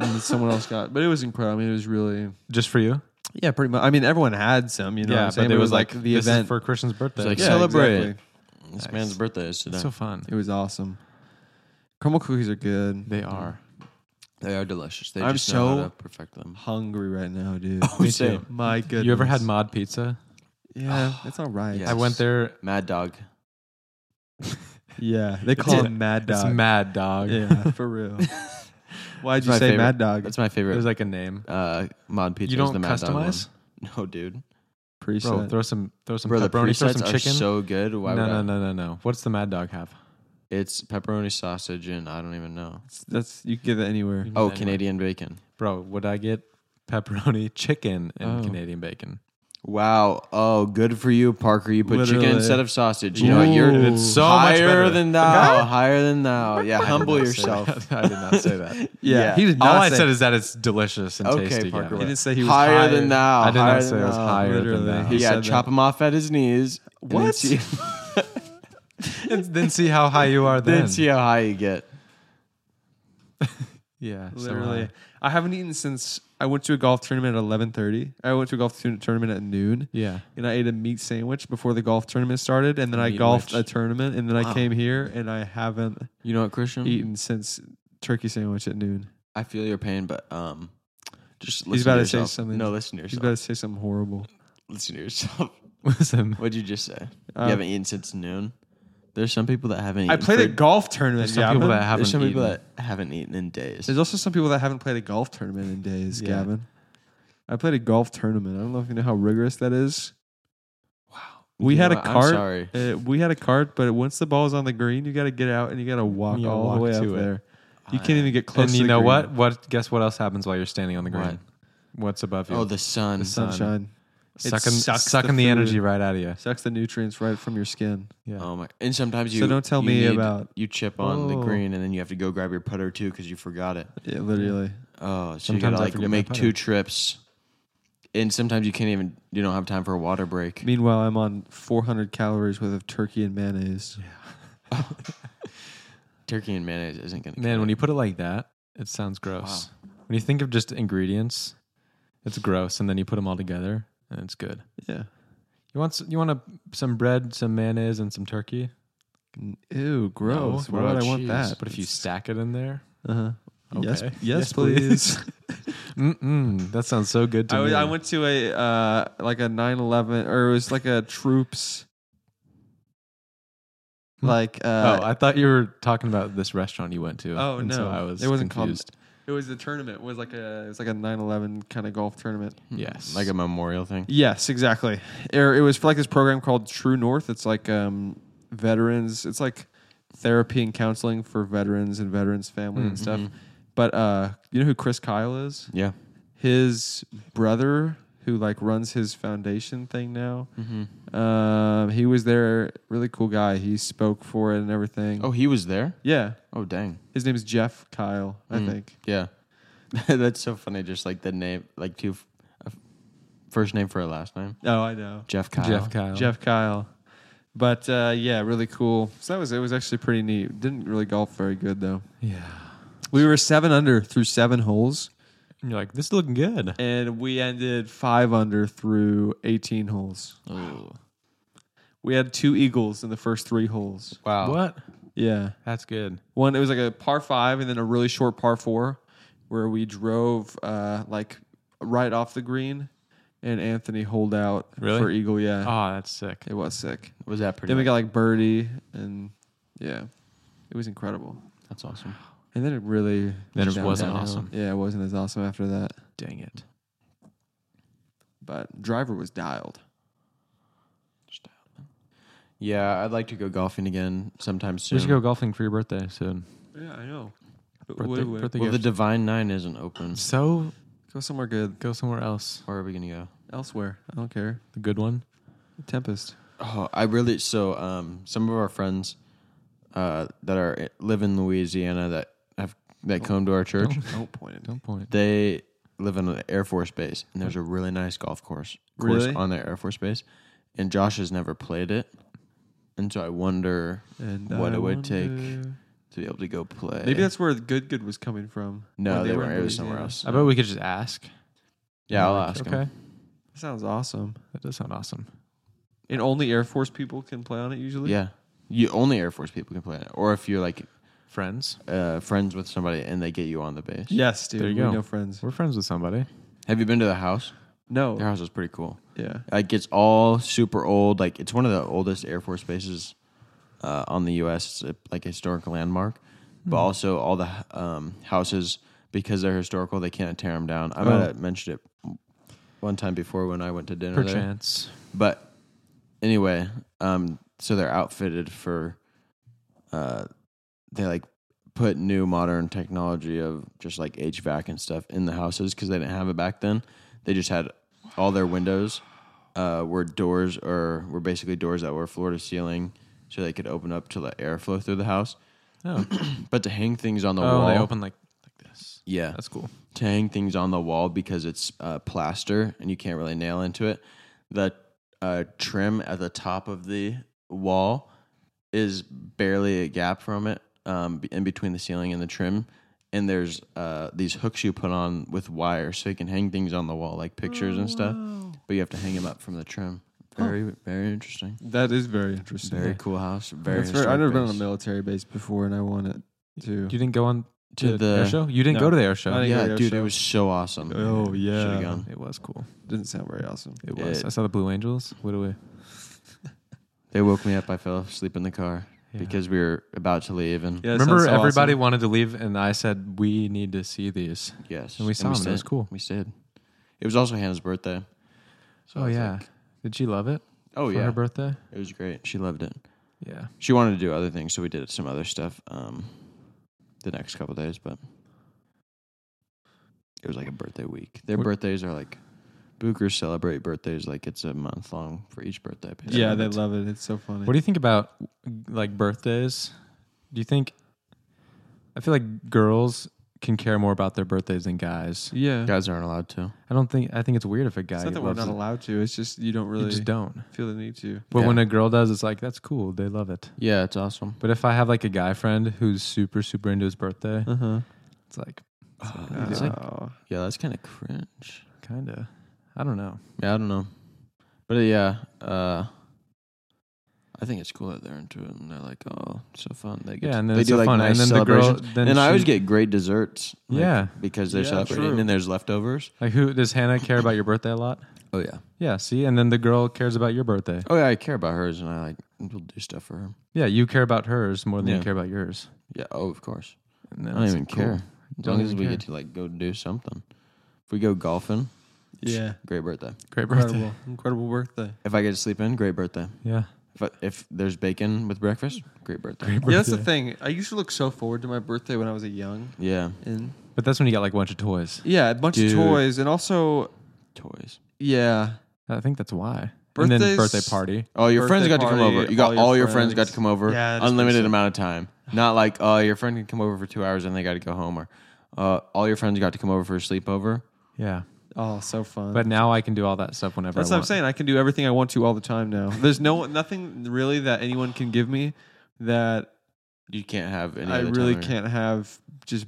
and then someone else got. But it was incredible. I mean, it was really. Just for you? Yeah, pretty much. I mean, everyone had some. You know, what I'm saying? it it was like, the this is event. for Christian's birthday. like, yeah, Celebrate. exactly. this Nice. man's birthday is today. It's so fun. It was awesome. Crumble cookies are good. They are. they are delicious. They I'm just know how so- to perfect them. Hungry right now, dude. Me same. too. My goodness. Oh, You ever had mod pizza? Yeah, it's all right. Yeah. I went there. Mad Dog. Yeah, they It's call a- him Mad Dog. It's mad dog. Yeah, for real. Why'd It's you my say favorite. Mad Dog? That's my It favorite was like a name. uh, mod pizza. you is don't the Mad Dog one. customize? No, dude. preset. Bro, throw some throw some Bro, the pepperoni, throw presets some are chicken. so good. Why no, would I? no, no, no, no. What's the mad dog have? It's pepperoni sausage and I don't even know. That's you can get it anywhere. Oh, Anyway. Canadian bacon. Bro, would I get pepperoni, chicken, and Oh. Canadian bacon? Wow. Oh, good for you, Parker. You put chicken Literally. instead of sausage. You know what? Ooh. You're it's so much higher better. than thou. Higher than thou. Yeah, humble I did not say yourself. that. I did not say that. Yeah, Yeah. he did not All I say- said is that it's delicious and Okay, tasty. Parker, Gavin. he didn't say he was higher, higher. than thou. I did higher not say than it was thou. higher Literally. than that. He yeah, said chop that. him off at his knees. and then What? see- then see how high you are then. then see how high you get. yeah, so Literally, high. I haven't eaten since I went to a golf tournament at eleven thirty. I went to a golf tour- tournament at noon, yeah. and I ate a meat sandwich before the golf tournament started, and then I Meat golfed witch. Mm-hmm. a tournament, and then I came here, and I haven't You know what, Christian? eaten since turkey sandwich at noon. I feel your pain, but um, just listen about to to say yourself. something. No, listen to He's yourself. about to say something horrible. listen to yourself. Listen, What'd you just say? Uh, you haven't eaten since noon. There's some people that haven't. I eaten played for- a golf tournament. there's some people Gavin. that haven't There's some people eaten. that haven't eaten in days. There's also some people that haven't played a golf tournament in days, Yeah. Gavin. I played a golf tournament. I don't know if you know how rigorous that is. Wow. We You had know a what? I'm cart. sorry. uh, we had a cart, but once the ball's on the green, you got to get out and you got to walk You gotta all walk the way up to it. there. You can't even get close. and to you the know green. what? What? Guess what else happens while you're standing on the What? ground? What's above you? oh, the sun. The sun. Sunshine It sucking, sucks the sucking the, food. energy right out of you. sucks the nutrients right from your skin. Yeah. Oh my! And sometimes you. So don't tell you me need- about- you chip on the Oh. green and then you have to go grab your putter too because you forgot it. Yeah, literally. Oh, so Sometimes you gotta I like forget my make putter. two trips, and sometimes you can't even. You don't have time for a water break. Meanwhile, I'm on 400 calories worth of turkey and mayonnaise. Turkey and mayonnaise isn't gonna. Man, cut when it. you put it like that, it sounds gross. When you think of just ingredients, it's gross, and then you put them all together, and it's good. Yeah. You want s- you want a, some bread, some mayonnaise, and some turkey. Ew, gross. what Why would Oh, about I want cheese? that? But if you stack it in there, Uh-huh. Yes, Okay. yes, Yes, please. mm-mm, that sounds so good to I, me. was- I went to a uh, like a 9-11 or it was like a troops Hmm. like oh, uh, I thought you were talking about this restaurant you went to. Oh, and no. so I was. It wasn't called- confused. it was a tournament it was like a it was like a 9-11 kind of golf tournament Yes, Hmm. like a memorial thing. yes exactly Or it was for like this program called true north it's like um, veterans it's like therapy and counseling for veterans and veterans family and Mm-hmm. stuff but uh, you know who chris kyle is Yeah. his brother, who like runs his foundation thing now. Mm-hmm. Um, he was there, really cool guy. He spoke for it and everything. Oh, he was there. yeah, Oh, dang. his name is Jeff Kyle, I Mm. think. Yeah, that's so funny. Just like the name, like two, a first name for a last name. Oh, I know Jeff Kyle. Jeff Kyle. Jeff Kyle. But uh, yeah, really cool. So that was it. Was actually pretty neat. Didn't really golf very good though. Yeah. We were seven under through seven holes, And you're like, this is looking good. and we ended five under through eighteen holes. Ooh. We had two eagles in the first three holes. Wow. What? Yeah. That's good. One, it was like a par five and then a really short par four where we drove uh, like right off the green and Anthony holed out Really? for Eagle. Yeah. Oh, that's sick. It was sick. Was that pretty? Then we much- got like birdie and yeah, it was incredible. That's awesome. And then it really. Then it downhill. wasn't downhill. awesome. Yeah, it wasn't as awesome after that. Dang it. But driver was dialed. Yeah, I'd like to go golfing again sometime soon. We should go golfing for your birthday soon. Yeah, I know. Birthday, birthday Well, the gift. Divine Nine isn't open. so Go somewhere good. go somewhere else. Where are we gonna go? Elsewhere. I don't care. The good one. Tempest. Oh, I really so um some of our friends uh that are live in Louisiana that have Oh. that come to our church, Don't point at me. Don't point. they live in an Air Force base and there's a really nice golf course course Really? on their Air Force base and Josh has never played it. And so I wonder And What I it would take. Eh. wonder- to be able to go play. Maybe that's where Good Good was coming from. no, when they, were weren't. in It was somewhere Louisiana. else. I bet we could just ask. Yeah, I'll Like, ask Okay. him. That sounds awesome. That does sound awesome. And only Air Force people can play on it usually. Yeah, you only Air Force people can play it, or if you're like Friends. uh, friends with somebody and they get you on the base. Yes, dude. There you we go. know friends. We're friends with somebody. Have you been to the house? Their No. house is pretty cool. Yeah. Like it's all super old. Like it's one of the oldest Air Force bases uh, on the U.S. It's a, like a historic landmark, Hmm. but also all the um, houses because they're historical, they can't tear them down. I might Oh. have mentioned it one time before when I went to dinner. there. Perchance. But anyway, um, so they're outfitted for, uh, they like put new modern technology of just like HVAC and stuff in the houses because they didn't have it back then. They just had all their windows uh, were doors or were basically doors that were floor to ceiling, so they could open up to let airflow through the house. Oh, But to hang things on the oh wall, they open like like this. yeah, That's cool. to hang things on the wall because it's uh, plaster and you can't really nail into it. The uh, trim at the top of the wall is barely a gap from it, um, be- in between the ceiling and the trim. And there's uh, these hooks you put on with wire so you can hang things on the wall, like pictures and stuff, Oh. but you have to hang them up from the trim. Very, very interesting. That is very interesting. Very cool house. Very. That's very- I've never been on a historic base. military base before, and I want it to. You didn't go on To the air the- show. You didn't No. go to the air show. I didn't go to Yeah, the dude, show. it was so awesome. Oh, yeah. Should've gone. It was cool. Didn't sound very awesome. It was. It- I saw the Blue Angels. What do we? They woke me up. I fell asleep in the car Yeah. because we were about to leave. And Yeah, that Remember, sounds so everybody awesome. wanted to leave, and I said we need to see these. yes, And we saw them. That was stayed. cool. We stayed. It was also Hannah's birthday. So I oh was yeah. like, Did she love it? oh for yeah. Her birthday. it was great. She loved it. Yeah. She wanted to do other things, so we did some other stuff. Um, the next couple days, but it was like a birthday week. Their What- birthdays are like. Bookers celebrate birthdays like it's a month long for each birthday. basically. Yeah, they love it. It's so funny. What do you think about like birthdays? Do you think? I feel like girls can care more about their birthdays than guys. yeah. Guys aren't allowed to. I don't think. I think it's weird if a It's guy not that we're loves not it. allowed to. It's just you don't You really just don't. feel the need to. But Yeah. when a girl does, it's like that's cool. They love it. Yeah, it's awesome. But if I have like a guy friend who's super super into his birthday, Uh huh. it's like Oh, It's like- yeah, that's kind of cringe. kind of. I don't know. Yeah, I don't know, but uh, yeah, uh, I think it's cool that they're into it and they're like, oh, it's so fun. They get Yeah, to- and then they it's do so like fun. nice and then the girl. celebrations. Then and I always she- get great desserts. like, Yeah. because they're Yeah, celebrating true. and there's leftovers. Like who does Hannah care about your birthday a lot? Oh yeah, Yeah, see, and then the girl cares about your birthday. oh yeah. I care about hers and I like will do stuff for her. Yeah, you care about hers more than Yeah. you care about yours. Yeah. Oh, of course. And then I don't it's even cool. care. As Don't long as even we care. get to like go do something. If we go golfing, Yeah. great birthday. Great birthday. Incredible. Incredible birthday. If I get to sleep in, great birthday. Yeah, If I, if there's bacon with breakfast, great birthday. great birthday. Yeah, that's the thing. I used to look so forward to my birthday when I was a young. Yeah. And But that's when you got like a bunch of toys. yeah, a bunch Dude. of toys and also toys. Yeah. I think that's why. And then Birthdays- birthday party. Oh, your friends got Birthday to come party, over. You got all your, friends. got to come over. Yeah, that's pretty unlimited sick. amount of time. Not like uh, your friend can come over for two hours and they got to go home, or uh, all your friends got to come over for a sleepover. Yeah. Oh, so fun. But now I can do all that stuff whenever That's I what want. I'm saying. I can do everything I want to all the time now. There's no nothing really that anyone can give me that You can't have any. I other really time. can't have just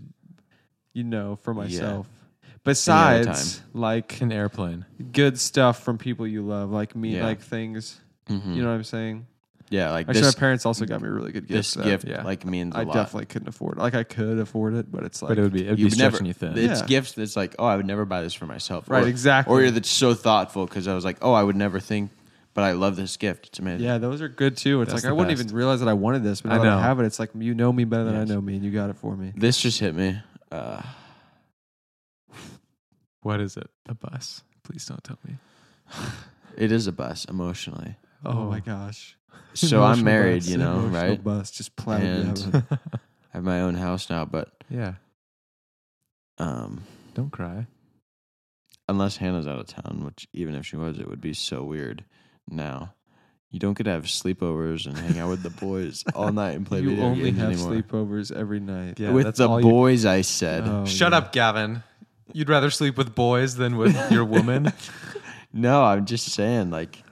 you know for Yeah. myself. other Besides, like An airplane. good stuff from people you love, like me, Yeah. like things. Mhm. You know what I'm saying? yeah, like Actually, this, my parents also got me really good this gifts. that gift yeah. like means a I lot. definitely couldn't afford. Like I could afford it, but it's like But it would be it would be You've never- stretching you thin. It's Yeah. gifts that's like, oh, I would never buy this for myself. Right, Or- exactly. Or you're that's so thoughtful because I was like, oh, I would never think, but I love this gift. It's amazing. yeah, those are good too. It's That's like the I wouldn't best. even realize that I wanted this, but I now that know. I have it, it's like you know me better than Yes. I know me, and you got it for me. This just hit me. Uh, What is it? A bus. Please don't tell me. it is a bus emotionally. Oh, Oh. my gosh! So I'm Emotional married, bus, you know, Emotional right? Bus just plowed And- me. up. I have my own house now, but yeah. um, Don't cry. unless Hannah's out of town, which even if she was, it would be so weird now. You don't get to have sleepovers and hang out with the boys all night and play you video only games have anymore. sleepovers every night. Yeah, with that's the all you- boys, I said. Oh, Shut yeah. up, Gavin. You'd rather sleep with boys than with your woman. No, I'm just saying, like,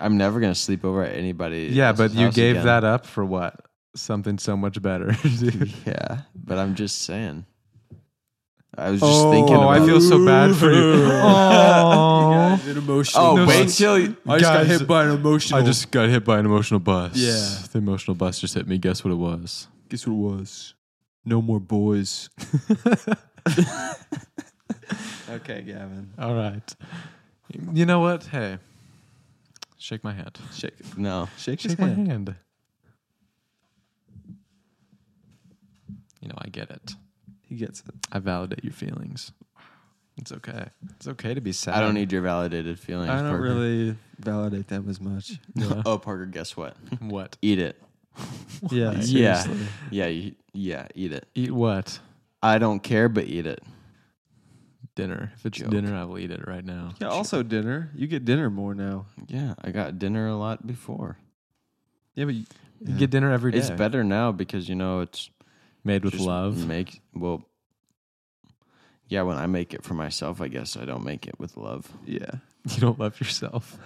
I'm never gonna sleep over at anybody. yeah, else's but you house gave again. that up for what? Something so much better, dude. Yeah, but I'm just saying. I was just oh, thinking. About I feel it. so bad for you. Oh, Oh, No, wait so- till you- I just Guys, got hit by an emotional. I just got hit by an emotional bus. Yeah. the emotional bus just hit me. Guess what it was? guess what it was? No more boys. okay, Gavin. All right. You know what? Hey, shake my hand. Shake, no. shake his Shake my hand. hand. You know, I get it. He gets it. I validate your feelings. It's okay. It's okay to be sad. I don't need your validated feelings. I don't Parker. really validate them as much. Yeah. Oh, Parker, guess what? what? Eat it. Yeah, Yeah, yeah, you, yeah. Eat it. Eat what? I don't care, but eat it. Dinner. If it's Joke. dinner, I will eat it right now. Yeah. Also, dinner. You get dinner more now. Yeah, I got dinner a lot before. Yeah, but you, You get dinner every day. It's better now because you know it's Made with just love. Make well. Yeah, when I make it for myself, I guess I don't make it with love. yeah. You don't love yourself.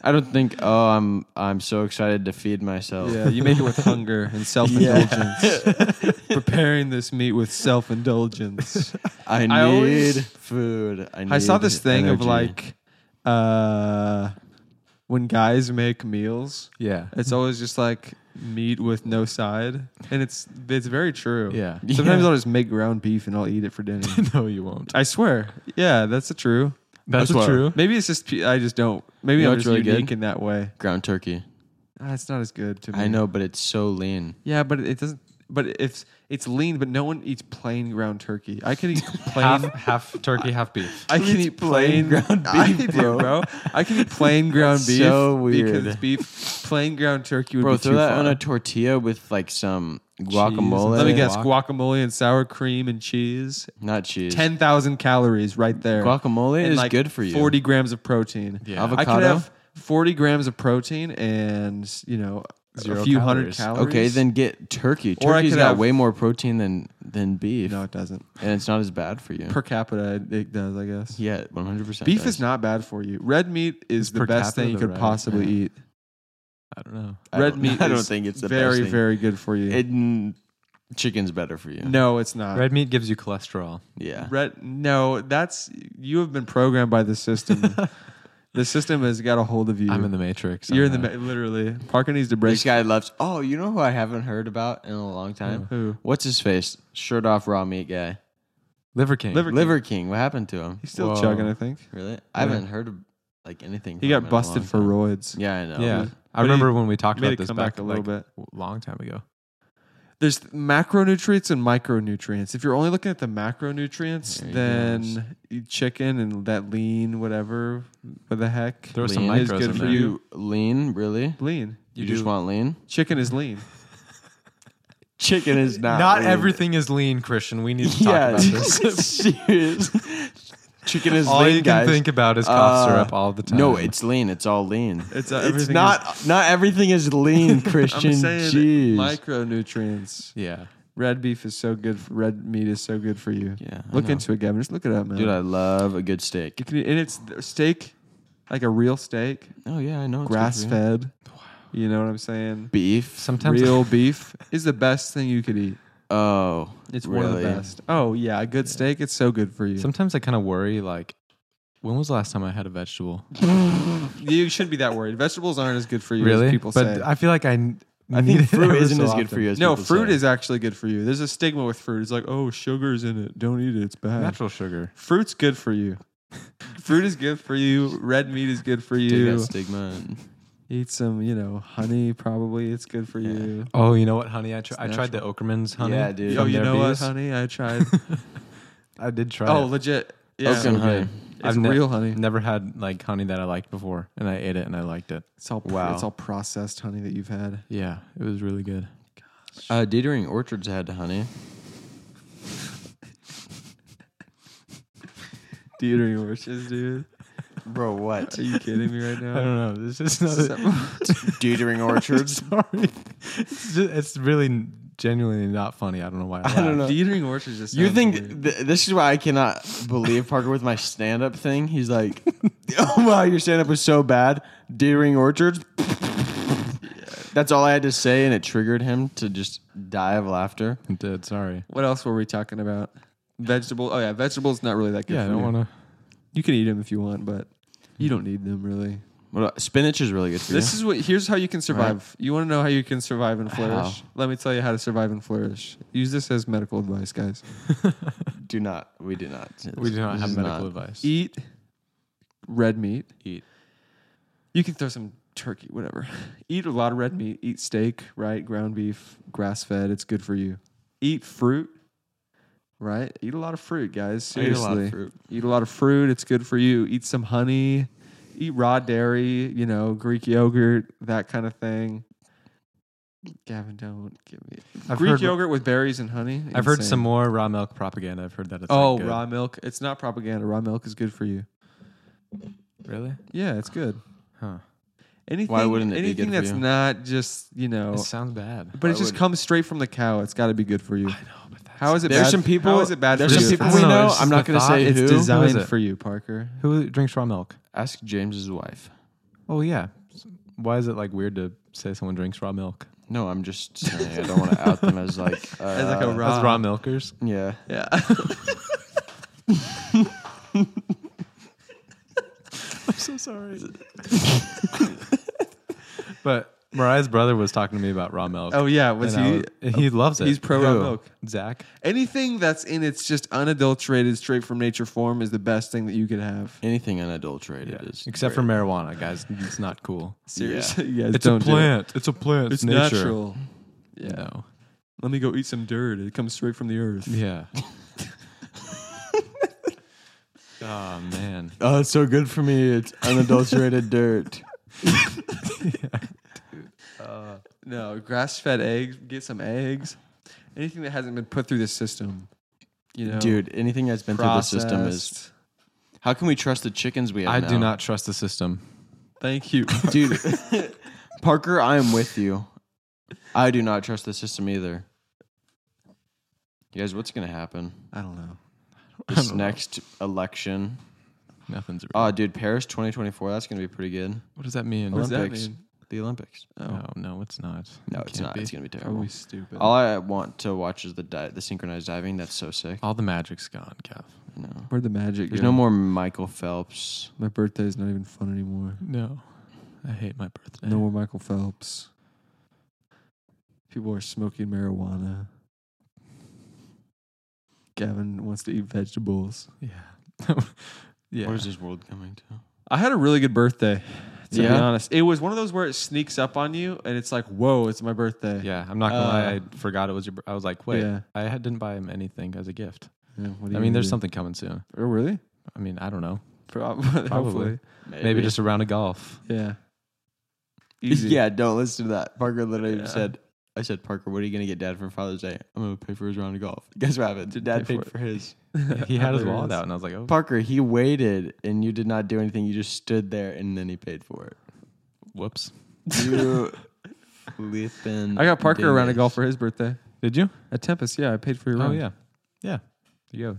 I don't think. Oh, I'm I'm so excited to feed myself. Yeah, you make it with hunger and self indulgence. Preparing this meat with self indulgence. I need I always- food. I, need I saw this thing of energy. like uh when guys make meals, Yeah. it's always just like meat with no side. And it's it's very true. Yeah. Sometimes Yeah. I'll just make ground beef and I'll eat it for dinner. no, you won't. I swear. Yeah, that's the true. That's I swear. true. Maybe it's just pe- I just don't. Maybe You know I'm what's just really good? unique in that way. ground turkey. Ah, it's not as good to me. I know, but it's so lean. Yeah, but it doesn't. But if it's lean, but no one eats plain ground turkey. I can eat Half, plain. half turkey, half beef. I can It's eat plain plain, ground I beef, do, bro. I can eat plain ground That's beef. so weird. Because it's beef, plain ground turkey would Bro, be throw too that far. on a tortilla with like some guacamole. Let me guess: guacamole and sour cream and cheese. Not cheese. Ten thousand calories right there. Guacamole And is like good for you. Forty grams of protein. Yeah. I could Avocado? have forty grams of protein and you know Zero a few hundred calories. calories. Okay, then get turkey. Or I Turkey's could got have- way more protein than than beef, no, it doesn't. and it's not as bad for you. Per capita, it- it does. I guess. yeah, one hundred percent. Beef is not bad for you. Red meat is Is per the best capita thing you the could right- possibly yeah. eat. I don't know. Red meat. I don't is think it's the very, best thing. very good for you. It, mm, chicken's better for you. no, it's not. Red, Red meat gives you cholesterol. Yeah. No, that's you have been programmed by the system. the system has got a hold of you. I'm in the matrix. You're in I'm the not- ma- literally. Parker needs to break. This guy loves. Oh, you know who I haven't heard about in a long time? Who? What's his face? Shirt off, raw meat guy. liver king. Liver- King. Liver King. What happened to him? He's still Whoa. chugging. I think Really? I haven't heard of, like anything. he from him in got a busted long for time. roids. Yeah, I know. Yeah, I But he remember when we talked made about it this come back back a little like, bit. a long time ago. There's macronutrients and micronutrients. If you're only looking at the macronutrients, There he then chicken and that lean, whatever, what the heck, Throw some Lean is micros good in for there. Do you lean really? lean. You, You just do- want lean? Chicken is lean. Chicken is Not, everything is lean, Christian. We need to talk Yeah, about this. serious. Chicken is all lean, you can guys. think about is cough Uh, syrup all the time. No, it's lean. It's all lean. It's, uh, It's everything not. is- not everything is lean, Christian. I'm saying Jeez. micronutrients. yeah. Red beef is so good. For, red meat is so good for you. yeah. I look know. into it, Gavin. Just look it up, man. Dude, I love a good steak. You can, and it's th- steak, like a real steak, Oh yeah, I know. it's good for you. grass fed. You know what I'm saying? beef. Sometimes Real beef is the best thing you could eat. Oh, It's one of really? the best. Oh yeah, a good steak. It's so good for you. sometimes I kind of worry like when was the last time I had a vegetable? you shouldn't be that worried. Vegetables aren't as good for you as people but say. I feel like I n- I need think it fruit every isn't so as good often. for you as no, people fruit say. is actually good for you. There's a stigma with fruit. It's like, oh, sugar's in it. Don't eat it. It's bad. Natural sugar. Fruit's good for you. fruit is good for you. Red meat is good for Take that you. stigma. and- Eat some, you know, honey. Probably it's good for Yeah. you. Oh, you know what, honey? I, tr- It's I tried the Okerman's honey. Yeah, dude. Oh, From you their know what, bees. honey? I tried. I did try. oh, it. legit. Yeah, Oak and honey. it's I've ne- real honey. Never had like honey that I liked before, and I ate it and I liked it. It's all Wow. it's all processed honey that you've had. Yeah, it was really good. Uh, Dietering Orchards had honey. Deodorant orchards, dude. Bro, what? Are you kidding me right now? I don't know. This is not. Dietering Orchards. Sorry, it's, just, it's really genuinely not funny. I don't know why. I, I don't laughed. know. Deodorant orchards just. You sounds think weird. th- this is why I cannot believe Parker with my stand up thing? He's like, oh wow, your stand up was so bad. Deering Orchards. That's all I had to say, and it triggered him to just die of laughter. It did. Sorry. What else were we talking about? Vegetable. Oh yeah, vegetables not really that good. Yeah, I for don't you. want to. You can eat them if you want, but you don't need them really. What, el- spinach is really good for This you. is what. Here's how you can survive. You want to know how you can survive and flourish? How? Let me tell you how to survive and flourish. Use this as medical advice, guys. do not. We do not. We do not This have is medical not- advice. Eat red meat. Eat. You can throw some turkey, whatever. Eat a lot of red meat. Eat steak, right? Ground beef, grass fed. It's good for you. Eat fruit, right? Eat a lot of fruit, guys. I eat a Seriously. lot of fruit. Eat a lot of fruit. It's good for you. Eat some honey. Eat raw dairy. You know, Greek yogurt, that kind of thing. Gavin, don't give me I've Greek heard- yogurt with berries and honey. I've heard Insane. some more raw milk propaganda. I've heard that. It's like, Oh, good. raw milk. It's not propaganda. Raw milk is good for you. Really? Yeah, it's good. Huh. Anything. wouldn't it be good anything for that's you? not just you know, It sounds bad. but why it just would- comes straight from the cow. It's got to be good for you. I know, but that's How is it? There's bad- some people. How is it bad There's for some you? people I we don't know, know. it's I'm just not the going to thought. say It's who. How is designed it? for you, Parker. Who drinks raw milk? Ask James's wife. Oh yeah. Why is it like weird to say someone drinks raw milk? No, I'm just saying. I don't want to out them as like uh, As like a As Raw. raw milkers. Yeah. Yeah. I'm so sorry. but Mariah's brother was talking to me about raw milk. oh yeah. Was And I he? was- he loves it. He's pro raw Who? milk. Zach. Anything that's in its just unadulterated, straight from nature form is the best thing that you could have. Anything unadulterated is. Except for marijuana, guys. It's not cool. Seriously, you guys It's a don't do it. plant. It's a plant. It's nature. natural. Yeah. No. Let me go eat some dirt. It comes straight from the earth. Yeah. oh man. Oh, it's so good for me. It's unadulterated dirt. No, grass-fed eggs. Get some eggs. Anything that hasn't been put through the system. You know, Dude, anything that's been through the system is. processed. How can we trust the chickens we have? I now? do not trust the system. Thank you. Dude, Parker, I am with you. I do not trust the system either. You guys, what's going to happen I don't know. this next election? Nothing's. real. Oh, dude, Paris 2024. That's going to be pretty good. what does that mean? What does that Olympics. mean? The Olympics. No, no, it's not. No, Oh, It it's can't not. be. It's going to be terrible. Probably stupid. All I want to watch is the di- the synchronized diving. That's so sick. All the magic's gone, Kev. No. Where'd the magic There's go? no more Michael Phelps. My birthday is not even fun anymore. No, I hate my birthday. No more Michael Phelps. People are smoking marijuana. Gavin wants to eat vegetables. Yeah. yeah. Where's this world coming to? I had a really good birthday, to be Yeah? honest. It was one of those where it sneaks up on you and it's like, whoa, it's my birthday. Yeah, I'm not gonna lie. Uh, I forgot it was your. bir- I was like, wait, Yeah. I had, didn't buy him anything as a gift. Yeah, what do I you mean, do? there's something coming soon. Oh, really? I mean, I don't know. Probably. Hopefully. Maybe, just a round of golf. Yeah. Yeah, don't listen to that. Parker literally Yeah. said, I said, Parker, what are you gonna get dad for Father's Day? I'm gonna pay for his round of golf. Guess what happened? Did dad pay paid for it. for his. He had his There it wallet is. out, and I was like, "Oh, Parker, he waited and you did not do anything. You just stood there and then he paid for it. whoops." You flippin' I got Parker a round of dingus. golf for his birthday Did you? at Tempest. Yeah, I paid for your Oh round. yeah, yeah. There you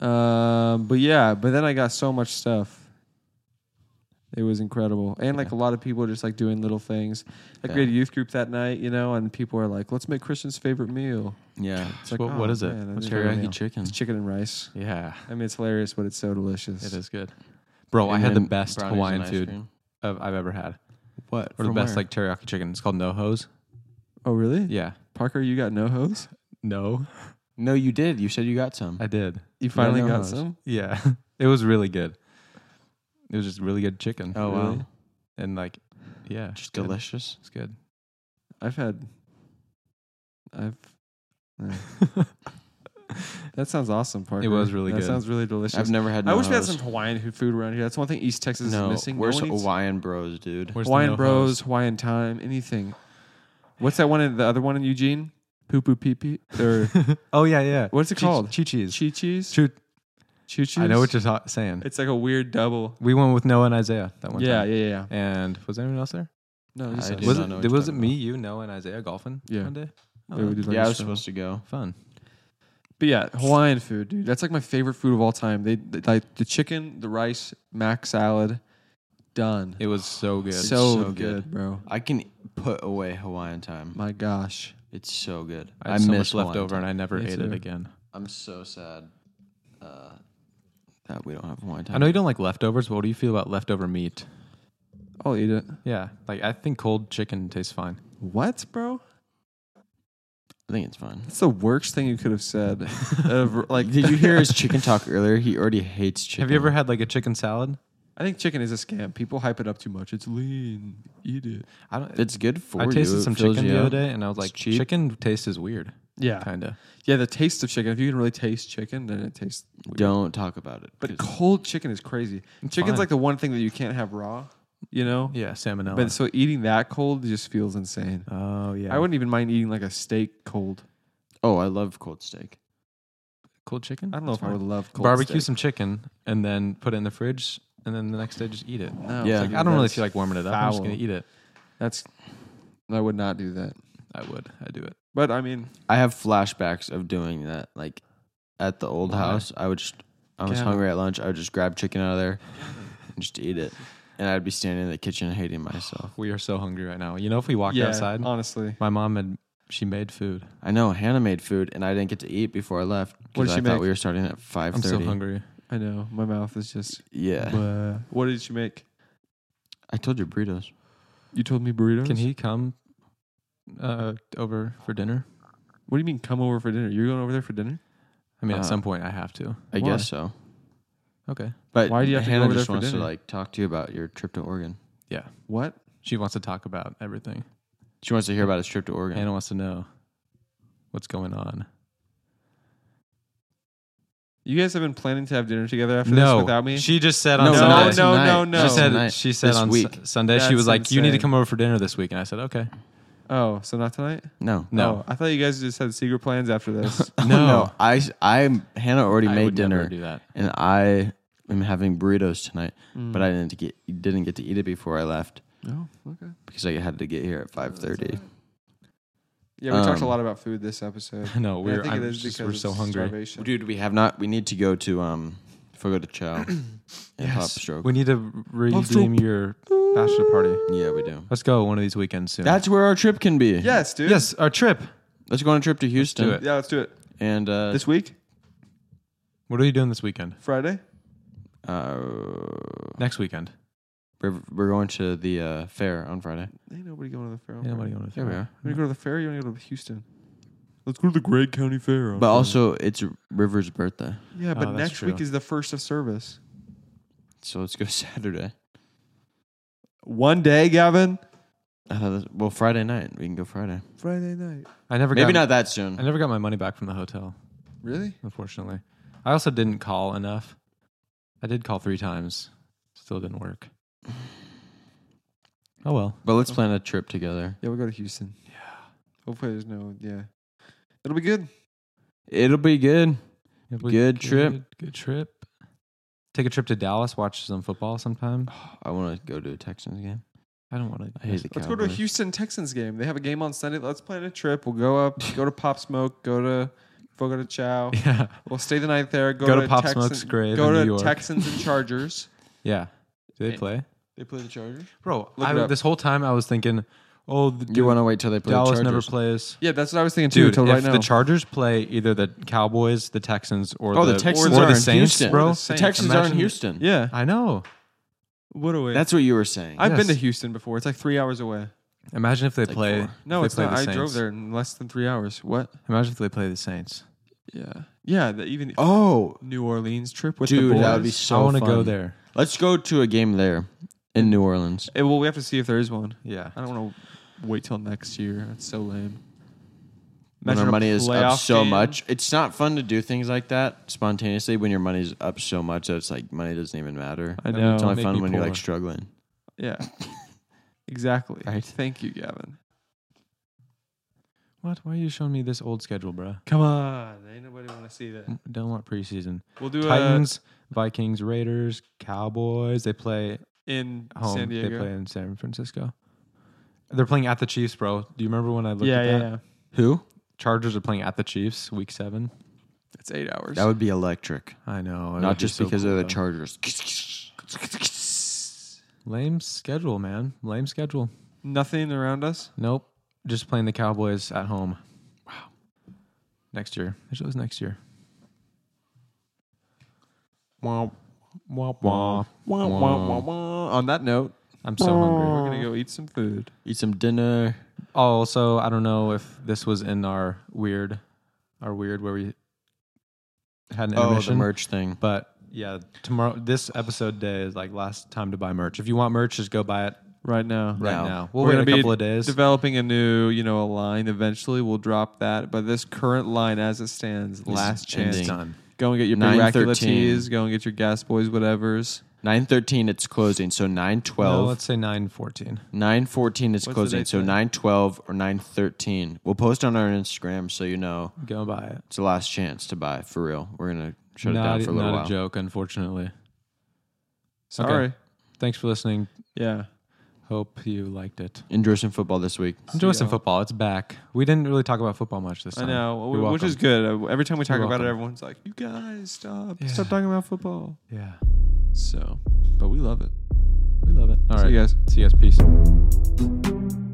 go. Um, but yeah, but then I got so much stuff. It was incredible, and like a lot of people are just like doing little things. Like we Yeah. had a youth group that night, you know, and people are like, "Let's make Christian's favorite meal." Yeah. It's So what- what is it? man, I What's need your a meal." Teriyaki chicken. It's chicken and rice. Yeah, I mean, it's hilarious, but it's so delicious. it is good, bro. Oh, I And had the then best brownies and Hawaiian ice food cream. of, I've ever had, What? or the From best where? like teriyaki chicken. It's called No Hose. Oh, really? Yeah, Parker, you got no hose? no, No, you did. You said you got some. I did. You finally no got hose. some? Yeah, it was really good. It was just really good chicken. oh Really? wow. and like, yeah, Just good. delicious. It's good. I've had. I've. no. that sounds awesome, Parker. was really that good. sounds really delicious. I've never had I no wish we had hose. some Hawaiian hu- food around here. That's one thing East Texas no, is missing. Where's no one eats Hawaiian bros, dude? Where's the Hawaiian No Bros, Hose? Hawaiian Time, anything. What's that one? In, the other one in Eugene? Poo poo pee pee or Oh yeah, yeah. What's it called? Chi Chi's. chi chis? Choo- Choo chis? I know what you're ta- saying. It's like a weird double. We went with Noah and Isaiah that one Yeah, time. yeah, yeah, yeah. And was anyone else there? No, just I us. did was not it know what did- you're was it talking me, you, Noah, and Isaiah golfing Yeah. one day? Oh, Yeah, we did like yeah, I a was show. supposed to go. Fun. But yeah, Hawaiian food, dude. That's like my favorite food of all time. They, they- like the chicken, the rice, mac salad, done. It was so good. it's so, so good, good. bro. I can put away Hawaiian time. My gosh. It's so good. I had so miss much left Hawaiian over Time. and I never Me ate too. it again. I'm so sad uh, that we don't have Hawaiian time. I know you don't like leftovers, but what do you feel about leftover meat? I'll eat it. Yeah. Like I think cold chicken tastes fine. What, bro? I think it's fine. That's the worst thing you could have said. Ever. Like, Did you hear his chicken talk earlier? He already hates chicken. Have you ever had like a chicken salad? I think chicken is a scam. People hype it up too much. It's lean. Eat it. I don't It's good for I you. tasted It some fills chicken you the other up. day and I was like, cheap. chicken taste is weird. Yeah. Kinda. Yeah, the taste of chicken. If you can really taste chicken, then it tastes. Don't talk about it. But 'cause cold chicken is crazy. Chicken's fine. like the one thing that you can't have raw, you know? Yeah, salmonella. But so eating that cold just feels insane. oh yeah. I wouldn't even mind eating like a steak cold. oh, I love cold steak. cold chicken? I don't know That's if I fine. would love cold barbecue steak. some chicken and then put it in the fridge and then the next day just eat it. No, Yeah. it's I don't really that's- feel like warming it up. I'm just foul. gonna eat it. That's. I would not do that. I would. I do it. But I mean, I have flashbacks of doing that. Like at the old Why? house, I would just, I was Got it. hungry at lunch. I would just grab chicken out of there and just eat it. And I'd be standing in the kitchen hating myself. We are so hungry right now. You know, if we walked yeah, outside, honestly. my mom had she made food. I know Hannah made food, and I didn't get to eat before I left What did because I she thought make? we were starting at five I'm so thirty. hungry. I know. My mouth is just. uh, yeah, What did you make? I told you burritos. You told me burritos? Can he come uh, over for dinner? What do you mean come over for dinner? You're going over there for dinner? I mean, Uh, at some point, I have to. I Why? guess so. Okay. But Why do you have to go Hannah over there just for wants to dinner? like talk to you about your trip to Oregon. Yeah. What? She wants to talk about everything. She wants to hear about his trip to Oregon. Anna wants to know what's going on. You guys have been planning to have dinner together after no, this without me? She just said No, on no, Sunday. no, no, Tonight. She no. said Tonight. she said This on week. Su- Sunday she That's was like, "You need to insane. come over for dinner this week," and I said, "Okay." oh, so not tonight? no, No, Oh, I thought you guys just had secret plans after this. Oh, no, No. I, I, Hannah already I made would dinner, never do that. and I am having burritos tonight. But I didn't get didn't get to eat it before I left no. Mm. Oh, Okay. because I had to get here at five Oh, thirty. Yeah, we talked a Um, lot about food this episode. No, And we're I think I'm it is just- because we're so it's hungry. starvation. Dude, we have not. We need to go to um. If we go to Chow and Pop Yes. Stroke, We need to redeem Stroke. your bachelor party. yeah, we do. Let's go one of these weekends soon. That's where our trip can be. Yes, dude. yes, our trip. let's go on a trip to Houston. it. Yeah, let's do it. And uh, This week? What are you doing this weekend? Friday? uh, Next weekend? we're, we're going to the uh, fair on Friday. Ain't nobody going to the fair. on Yeah, nobody Friday. going to the There we fair. are. You want to go to the fair? or You want to go to Houston? Let's go to the Great County Fair. on But Friday. also, it's River's birthday, yeah, but Oh, that's next week true. is the first of service. so let's go Saturday. One day, Gavin. I thought this, well, Friday night we can go Friday. Friday night. I never Maybe got, not that I soon. never got my money back from the hotel, Really? unfortunately. I also didn't call enough. I did call three times. Still didn't work. Oh well. Oh, But let's plan a trip together. Yeah, we'll go to Houston. Hopefully, there's no. Yeah, it'll be good. It'll be good. It was Good trip. Good, good trip. Take a trip to Dallas, watch some football sometime. I want to go to a Texans game. I don't want to. I hate the Let's Cowboys. go to a Houston Texans game. They have a game on Sunday. Let's plan a trip. We'll go up, go to Pop Smoke, go to Fogo to Chow. Yeah, We'll stay the night there. Go, Go to a Pop Texan- Smoke's grave Go in to New York. Texans and Chargers. yeah. Do they Eh. play, they play the Chargers. bro? Look I, it up. this whole time I was thinking, oh, the, You want to wait till they play Dallas the never Chargers? plays. Yeah, that's what I was thinking too. Dude, Until if right now, the Chargers play either the Cowboys, the Texans, or Oh, the the, Texans or are the in Saints, Houston. bro, Or the Saints. The Texans are in Imagine- Houston. yeah, I know. what a way. That's what you were saying. I've been Yes. to Houston before. It's like three hours away. Imagine if they like play. four. No, if they play it's not. the I Saints. drove there in less than three hours. What? Imagine if they play the Saints. Yeah, yeah. The, even oh, New Orleans trip with the dude, boys. that would be I so want to go fun. there. Let's go to a game there in New Orleans. Eh, well, we have to see if there is one. Yeah, I don't want to wait till next year. That's so lame. When our Imagine a money is up playoff so game. much, it's not fun to do things like that spontaneously when your money's up so much that it's like money doesn't even matter. I That know. means It's only Make fun me when you're like poor. struggling. Yeah. Exactly. Right. Thank you, Gavin. What? Why are you showing me this old schedule, bro? Come on. Ain't nobody want to see that. Don't want preseason. We'll do uh, it Titans, Vikings, Raiders, Cowboys. They play in home. San They Diego. play in San Francisco. They're playing at the Chiefs, bro. Do you remember when I looked yeah, at yeah, that? yeah. Who? Chargers are playing at the Chiefs, week seven. It's eight hours. That would be electric. I know. it would Not be just so because cool, they're the though. Chargers. Lame schedule, man. Lame schedule. Nothing around us. Nope. Just playing the Cowboys at home. Wow. Next year. It's always next year. Womp, womp, womp. Wah, wah, wah, wah. On that note, I'm so hungry. we're gonna go eat some food. Eat some dinner. Also, I don't know if this was in our weird, our weird where we had an Oh, the intermission, merch thing. but yeah, tomorrow this episode day is like last time to buy merch. If you want merch, just go buy it Right now. right No. now. We'll We're wait gonna a be couple of days. Developing a new, you know, a line. Eventually, we'll drop that. But this current line, as it stands, last chance. ending. Done. Go and get your big 9:13. Dracula teas. Go and get your Gas Boys whatever's. Nine thirteen, it's closing. So nine Well, twelve. let's say nine fourteen. Nine fourteen is What's the closing, date so today? nine twelve or nine thirteen. We'll post on our Instagram so you know Go buy it. it's the last chance to buy for real. We're gonna shut it Not, e- down for a little not while. a joke, unfortunately. Sorry. Thanks for listening. Yeah. Hope you liked it. Enjoy some football this week. Enjoy ya. some football. It's back. We didn't really talk about football much this I time. know, You're wh- which is welcome. good. Uh, Every time we talk You're about it, welcome. everyone's like, "You guys, stop, Yeah. stop talking about football." Yeah, So, but we love it. we love it. All right, See you guys. See you guys. Peace.